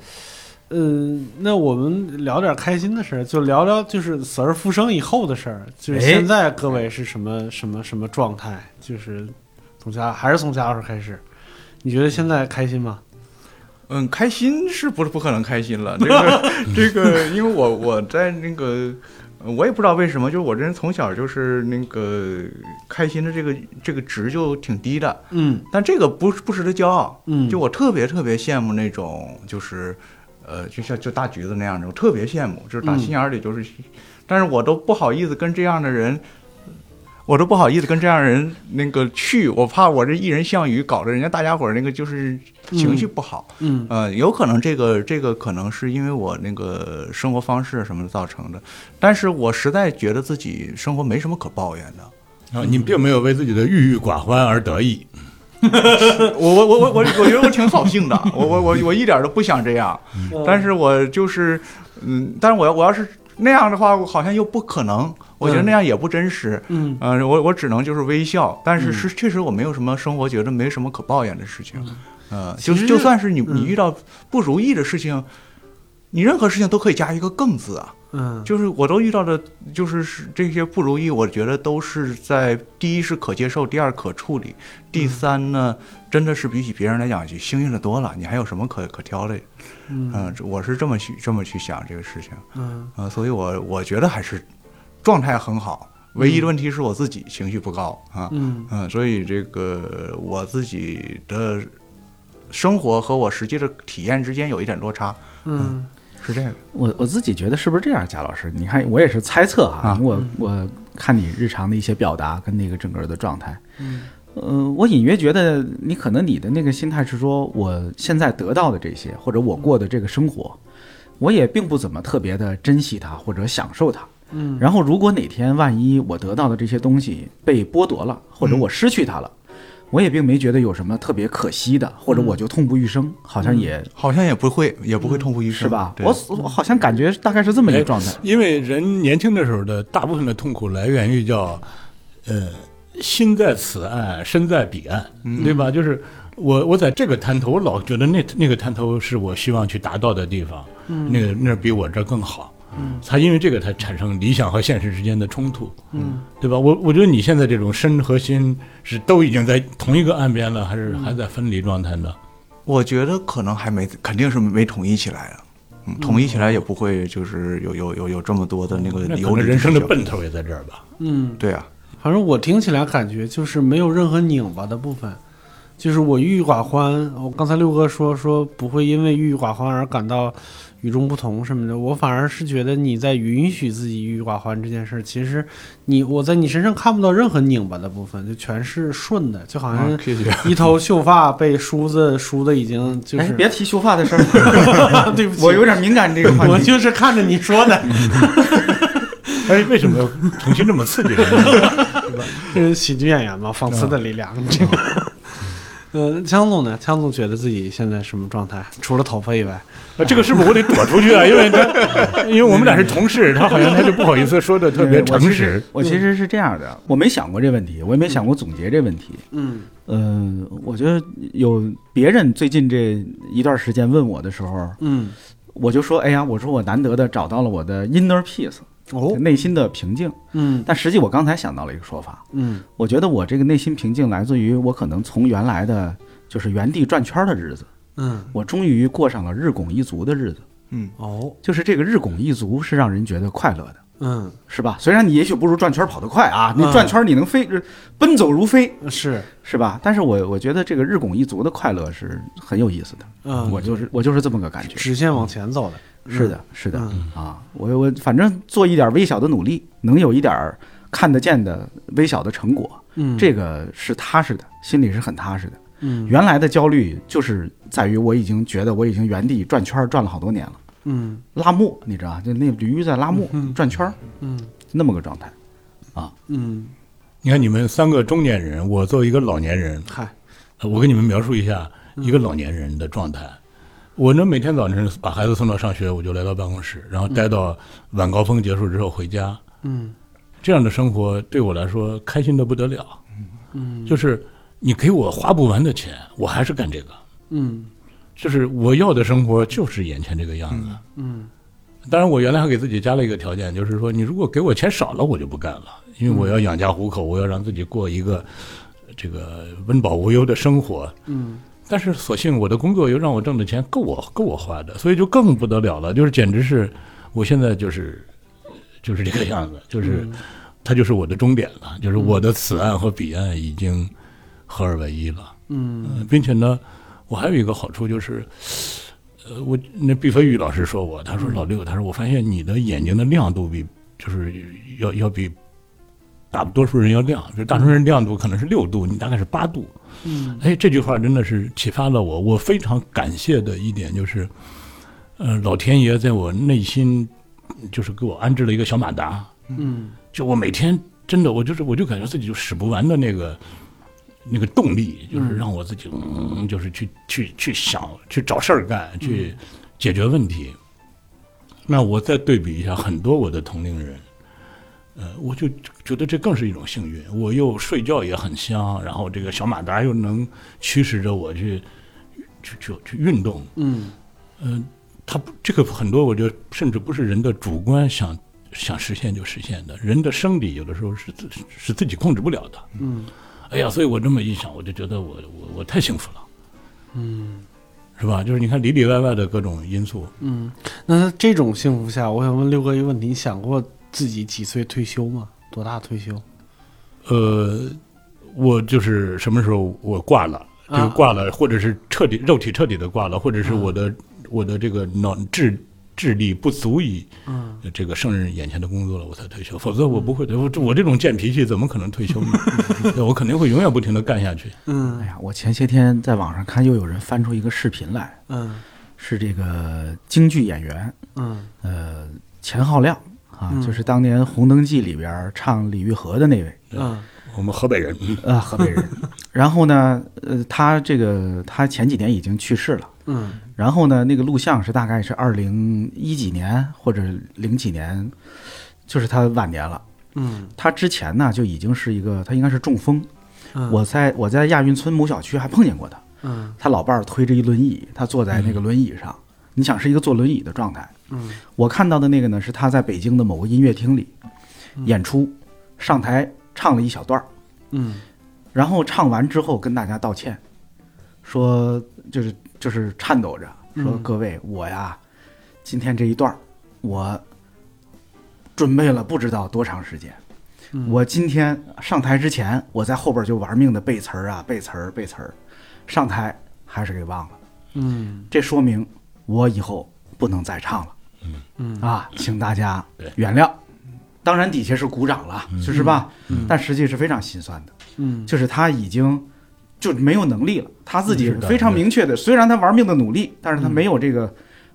C: 嗯，那我们聊点开心的事儿，就聊聊就是死而复生以后的事儿。就是
D: 哎
C: 现在各位是什么什么什么状态？就是从夏还是从夏老师开始？你觉得现在开心吗？
E: 嗯，开心是不是不可能开心 了？这个这个，因为我我在那个，呃我也不知道为什么，就是我这人从小就是那个开心的这个这个值就挺低的，
C: 嗯
E: 但这个不不值得骄傲。
C: 嗯，
E: 就我特别特别羡慕那种就是，呃，就像就大橘子那样的，我特别羡慕，就是打
C: 嗯
E: 心眼儿里就是，但是我都不好意思跟这样的人。我都不好意思跟这样的人那个去，我怕我这一人项羽搞得人家大家伙儿那个就是情绪不好，
C: 嗯
E: 呃，有可能这个这个可能是因为我那个生活方式什么造成的，但是我实在觉得自己生活没什么可抱怨的。
F: 啊，你并没有为自己的郁郁寡欢而得意。
E: 呃我我我我我我觉得我挺扫 兴的，我我我我一点都不想这样，但是我就是嗯，但是我要我要是那样的话，我好像又不可能，我觉得那样也不真实。
C: 嗯
E: 嗯、我我只能就是微笑，但是是确实我没有什么生活，觉得没什么可抱怨的事情。嗯，就
C: 其实
E: 就算是你你
C: 嗯
E: 遇到不如意的事情，你任何事情都可以加一个“更”字啊。
C: 嗯，
E: 就是我都遇到的，就是是这些不如意，我觉得都是在第一是可接受，第二可处理，第三呢，真的是比起别人来讲，就幸运的多了。你还有什么可可挑的？
C: 嗯
E: 嗯、我是这么去这么去想这个事情啊、
C: 嗯
E: 呃所以我我觉得还是状态很好，唯一的问题是我自己情绪不高啊。
C: 嗯
E: 嗯，所以这个我自己的生活和我实际的体验之间有一点落差，
C: 嗯
E: 是这个。
D: 我我自己觉得是不是这样，贾老师？你看，我也是猜测哈、
E: 啊
C: 嗯
D: 我我看你日常的一些表达跟那个整个的状态，
C: 嗯，
D: 呃，我隐约觉得你可能你的那个心态是说，我现在得到的这些，或者我过的这个生活，我也并不怎么特别的珍惜它或者享受它。
C: 嗯，
D: 然后如果哪天万一我得到的这些东西被剥夺了，或者
C: 嗯
D: 我失去它了，我也并没觉得有什么特别可惜的，或者
C: 嗯
D: 我就痛不欲生，好像也
E: 好像也不会，也不会痛不欲生，
D: 是吧？
E: 嗯对
D: 我我好像感觉大概是这么一
C: 哎
D: 个状态。
F: 因为人年轻的时候的大部分的痛苦来源于叫，呃，心在此岸，身在彼岸，对吧？就是我我在这个滩头，我老觉得那那个滩头是我希望去达到的地方，那个那儿比我这儿更好。才因为这个才产生理想和现实之间的冲突，嗯，对吧？我我觉得你现在这种身和心是都已经在同一个岸边了，还是还在分离状态呢？
E: 我觉得可能还没，肯定是没统一起来的。嗯，统一起来也不会就是有有有有这么多的那个
F: 那可
E: 有
F: 能
E: 理
F: 人生的
E: 之争
F: 奔头也在这儿吧。
C: 嗯。
E: 对啊，
C: 反正我听起来感觉就是没有任何拧巴的部分，就是我郁郁寡欢。我刚才六哥说说不会因为郁郁寡欢而感到与众不同什么的，我反而是觉得你在允许自己郁郁寡欢这件事儿，其实你我在你身上看不到任何拧巴的部分，就全是顺的，就好
D: 啊
C: 像
E: 谢谢。
C: 一头秀发被梳子梳的已经就
D: 哎
C: 是，啊
D: 别提秀发的 事儿，
C: 对不起，
D: 我有点敏感这个话
C: 我
D: 题。
C: 就是看着你说的，
F: 哎，为什么要重新这么刺激人呢？
C: 这是喜剧演员嘛，讽刺的力量。这个， 呃，江总呢？江总觉得自己现在什么状态？除了头发以外，
F: 啊，这个是不是我得躲出去啊？因为他，因为我们俩是同事，他好像他就不好意思说的特 别诚实。
D: 我其实是这样的，我没想过这问题，我也没想过总结这问题。
C: 嗯
D: 嗯、我觉得有别人最近这一段时间问我的时候，
C: 嗯，
D: 我就说，哎呀，我说我难得的找到了我的 inner peace，、
C: 哦，
D: 内心的平静。
C: 嗯
D: 但实际我刚才想到了一个说法，
C: 嗯
D: 我觉得我这个内心平静来自于我可能从原来的就是原地转圈的日子，
C: 嗯，
D: 我终于过上了日拱一卒的日子。
E: 嗯，
C: 哦，
D: 就是这个日拱一卒是让人觉得快乐的，
C: 嗯，
D: 是吧？虽然你也许不如转圈跑得快啊，你
C: 嗯
D: 转圈你能飞，呃奔走如飞，
C: 是，
D: 是吧？但是我我觉得这个日拱一卒的快乐是很有意思的，
C: 嗯，
D: 我就是我就是这么个感觉。
C: 直线往前走的，
D: 是的，是的
C: 嗯
D: 啊，我我反正做一点微小的努力，能有一点儿看得见的微小的成果，
C: 嗯，
D: 这个是踏实的，心里是很踏实的。
C: 嗯，
D: 原来的焦虑就是在于我已经觉得我已经原地转圈儿转了好多年了，
C: 嗯
D: 拉磨，你知道吧，啊就那驴在拉磨
C: 嗯
D: 转圈儿
C: 嗯
D: 那么个状态。
C: 嗯，
F: 你看你们三个中年人，我作为一个老年人，
C: 嗨，
F: 呃我给你们描述一下一个老年人的状态。我呢，每天早晨把孩子送到上学，我就来到办公室，然后待到晚高峰结束之后回家。
C: 嗯
F: 这样的生活对我来说开心的不得了。
C: 嗯
F: 就是你给我花不完的钱，我还是干这个。
C: 嗯
F: 就是我要的生活就是眼前这个样子。
C: 嗯
F: 当然，我原来还给自己加了一个条件，就是说，你如果给我钱少了，我就不干了，因为我要养家糊口，我要让自己过一个这个温饱无忧的生活。
C: 嗯
F: 但是，所幸我的工作又让我挣的钱够我够我花的，所以就更不得了了，就是简直是我现在就是就是这个样子，就是、
C: 嗯
F: 它就是我的终点了，就是我的此岸和彼岸已经合二为一了。
C: 嗯
F: 嗯，并且呢，我还有一个好处就是，呃，我那毕飞宇老师说我，他说老六，他说我发现你的眼睛的亮度比就是要要比大多数人要亮，就是大多数人亮度可能是六度，你大概是八度。
C: 嗯
F: 哎，这句话真的是启发了我，我非常感谢的一点就是，呃，老天爷在我内心就是给我安置了一个小马达，
C: 嗯
F: 就我每天真的，我就是我就感觉自己就使不完的那个那个动力，就是让我自己，嗯、就是去去去想，去找事儿干，去解决问题。那我再对比一下很多我的同龄人，呃，我就觉得这更是一种幸运。我又睡觉也很香，然后这个小马达又能驱使着我去去去去运动，
C: 嗯
F: 嗯，它不这个很多，我觉得甚至不是人的主观想想实现就实现的，人的生理有的时候是自是自己控制不了的。
C: 嗯
F: 哎呀，所以我这么一想，我就觉得我我我太幸福了，嗯，是吧？就是你看里里外外的各种因素，
C: 嗯，那在这种幸福下，我想问六哥一个问题：你想过自己几岁退休吗？多大退休？
F: 呃，我就是什么时候我挂了，这
C: 啊嗯
F: 个挂了，或者是彻底肉体彻底的挂了，或者是我的、我的这个脑智智力不足以
C: 嗯
F: 这个胜任眼前的工作了，我才退休，否则我不会，我这我这种贱脾气怎么可能退休呢？对我肯定会永远不停的干下去。
D: 哎
C: 嗯
D: 呀，我前些天在网上看，又有人翻出一个视频来，
C: 嗯
D: 是这个京剧演员，
C: 嗯
D: 呃，钱浩亮啊，
C: 嗯
D: 就是当年《红灯记》里边唱李玉和的那位，
C: 嗯
F: 我们河北人，嗯
D: 呃，河北人。然后呢，呃，他这个他前几年已经去世了。
C: 嗯
D: 然后呢，那个录像是大概是二零一几年或者零几年，就是他晚年了。
C: 嗯，
D: 他之前呢就已经是一个，他应该是中风。
C: 嗯
D: 我在我在亚运村某小区还碰见过他，
C: 嗯
D: 他老伴儿推着一轮椅，他坐在那个轮椅上。你想是一个坐轮椅的状态。
C: 嗯
D: 我看到的那个呢是他在北京的某个音乐厅里演出，上台唱了一小段儿。
C: 嗯
D: 然后唱完之后跟大家道歉，说就是就是颤抖着说、
C: 嗯
D: 各位我呀，今天这一段儿我准备了不知道多长时间，
C: 嗯
D: 我今天上台之前我在后边就玩命的背词儿啊背词儿背词儿，上台还是给忘了，
C: 嗯
D: 这说明我以后不能再唱了，
C: 嗯
D: 啊，请大家
F: 对
D: 原谅。当然底下是鼓掌了，就是吧？但实际是非常心酸的。
C: 嗯
D: 就是他已经就没有能力了，他自己
F: 是的
D: 非常明确的，嗯虽然他玩命的努力，但是他没有这个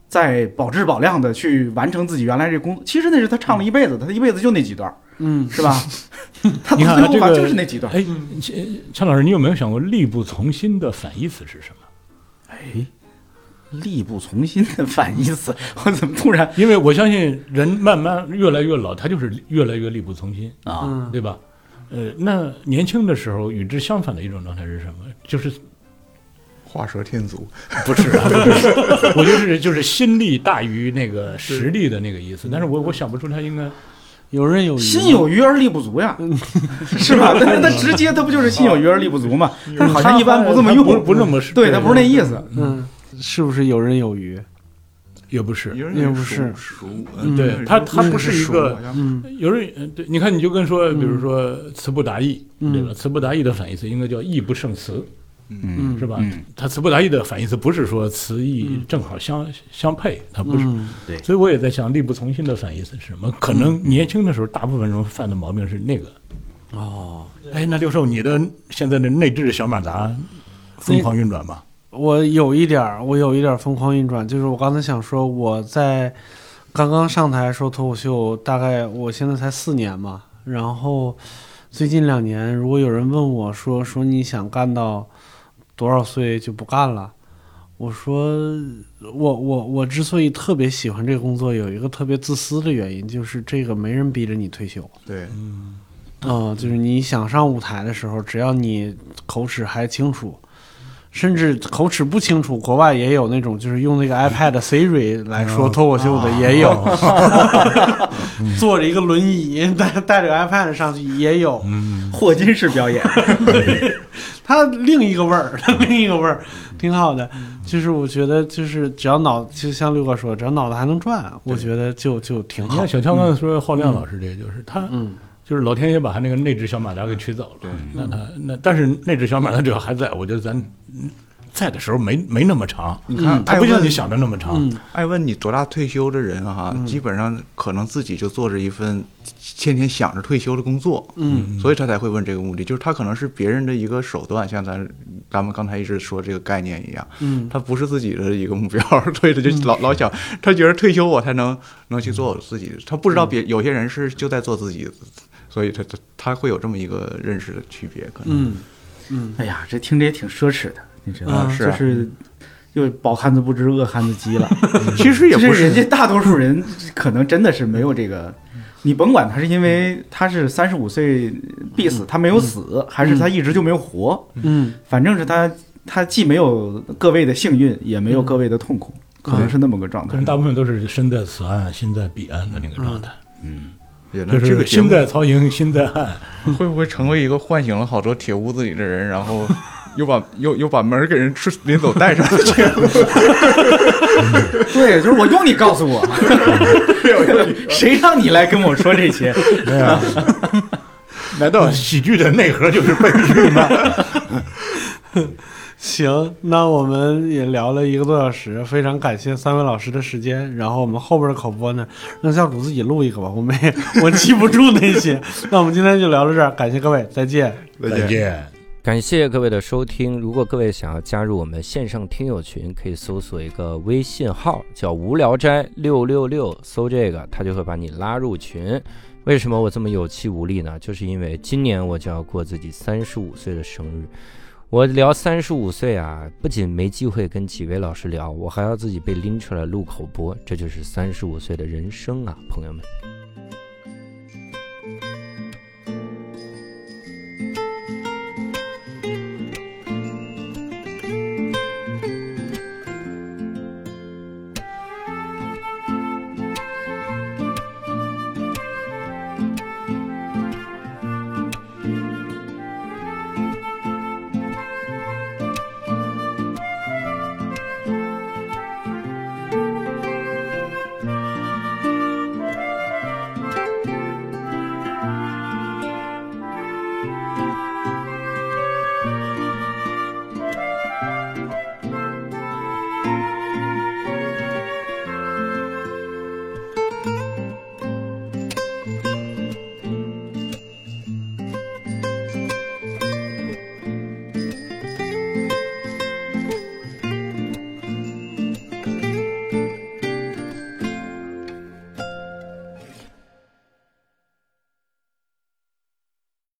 D: 在保质保量的去完成自己原来这工作。其实那是他唱了一辈子，他一辈子就那几段儿，
C: 嗯
D: 是吧？他
F: 你
D: 最
F: 看
D: 后
F: 这
D: 吧
F: 个
D: 就是那几段儿。
F: 哎，陈老师，你有没有想过力不从心的反义词是什么？
D: 哎，力不从心的反义词，我怎么突然
F: 因为我相信人慢慢越来越老，他就是越来越力不从心，
D: 啊？
C: 嗯
F: 对吧？呃，那年轻的时候与之相反的一种状态是什么？就是
E: 画蛇添足，
F: 不是啊，不是，我就是就是心力大于那个实力的那个意思。但是我我想不出他应该
C: 有人有余
D: 心有余而力不足 呀，是吧？但是他直接他不就是心有余而力不足嘛？但是好像一般不这么
F: 他不
D: 用，
F: 不那么
D: 对他不是那意思。
C: 嗯，是不是游刃有余？
F: 也不是，
E: 有人
C: 也
E: 也
C: 不是
E: 熟，
F: 嗯
E: 嗯
F: 对
E: 有
F: 他
E: 人
F: 他
E: 说
F: 不是一
E: 熟
F: 个
E: 好像
C: 嗯
F: 有人呃对，你看你就跟说，比如说词不达意，
C: 嗯
F: 对吧？词不达意的反义词应该叫意不胜词，
C: 嗯
F: 是吧？
D: 嗯
F: 它词不达意的反义词不是说词意正好相、相配，它不是。
C: 嗯
F: 所以我也在想，力不从心的反义词是什么？可能年轻的时候，大部分人犯的毛病是那个。
C: 哦，
F: 哎，那六兽，你的现在的内置小马达疯狂运转吧？
C: 我有一点儿，我有一点儿疯狂运转，就是我刚才想说，我在刚刚上台说脱口秀，大概我现在才四年嘛，然后最近两年，如果有人问我说说你想干到多少岁就不干了，我说我我我之所以特别喜欢这个工作，有一个特别自私的原因，就是这个没人逼着你退休。
E: 对，
C: 嗯、就是你想上舞台的时候，只要你口齿还清楚，甚至口齿不清楚，国外也有那种就是用那个 iPad Siri 来说脱口秀的也有， 坐着一个轮椅带带着个 iPad 上去也有，
D: 嗯霍金式表演，
C: 它另一个味儿， 它另一个味儿，挺好的。就是我觉得，就是只要脑，就像六哥说，只要脑子还能转，我觉得就就挺
F: 你
C: 好
F: 看。小强刚才说浩亮老师，这个就是他，
C: 嗯，
F: 就是老天爷把他那个内置小马达给取走了。那他那但是内置小马达只要还在，我觉得咱嗯在的时候没没那么长，
E: 你看，
F: 它
E: 爱
F: 不像
E: 问
F: 你想的那么长。
C: 嗯
E: 爱问你多大退休的人哈，基本上可能自己就做着一份天天想着退休的工作，
C: 嗯，
E: 所以他才会问这个目的，就是他可能是别人的一个手段，像咱咱们刚才一直说这个概念一样，
C: 嗯，
E: 他不是自己的一个目标， 所以他就老老想，他觉得退休我才能能去做我自己的，他不知道别有些人是就在做自己的，所以他他他会有这么一个认识的区别，可能，
C: 嗯嗯
D: 哎呀，这听着也挺奢侈的，你知道
C: 啊
D: 吗？
E: 是啊
D: 就是又饱汉子不知饿汉子饥 了。
E: 其实也
D: 就
E: 不
D: 是人
E: 是，
D: 家大多数人可能真的是没有这个，你甭管他是因为他是三十五岁必死，他没有死，还是他一直就没有活，
C: 嗯，
D: 反正是他他既没有各位的幸运，也没有各位的痛苦，嗯可能是那么个状
F: 可
D: 态
F: 能。大部分都是身在此岸，心在彼岸的那个状态，
E: 也能
F: 就
E: 这个
F: 是
E: 节目
F: 心在曹营心在汉。
E: 会不会成为一个唤醒了好多铁屋子里的人，然后又把又又把门儿给人吃临走带上去？
D: 对，就是我用你告诉我，谁让你来跟我说这些？
F: 对啊，难道喜剧的内核就是悲剧吗？
C: 行，那我们也聊了一个多小时，非常感谢三位老师的时间。然后我们后边的口播呢，让教主自己录一个吧，我们也我记不住那些。 那我们今天就聊到这儿，感谢各位，再见。
F: 再见。
A: 感谢各位的收听。如果各位想要加入我们线上听友群，可以搜索一个微信号叫“无聊斋六六六”，搜这个，他就会把你拉入群。为什么我这么有气无力呢？就是因为今年我就要过自己三十五岁的生日。我聊三十五岁啊，不仅没机会跟几位老师聊，我还要自己被拎出来录口播，这就是三十五岁的人生啊，朋友们。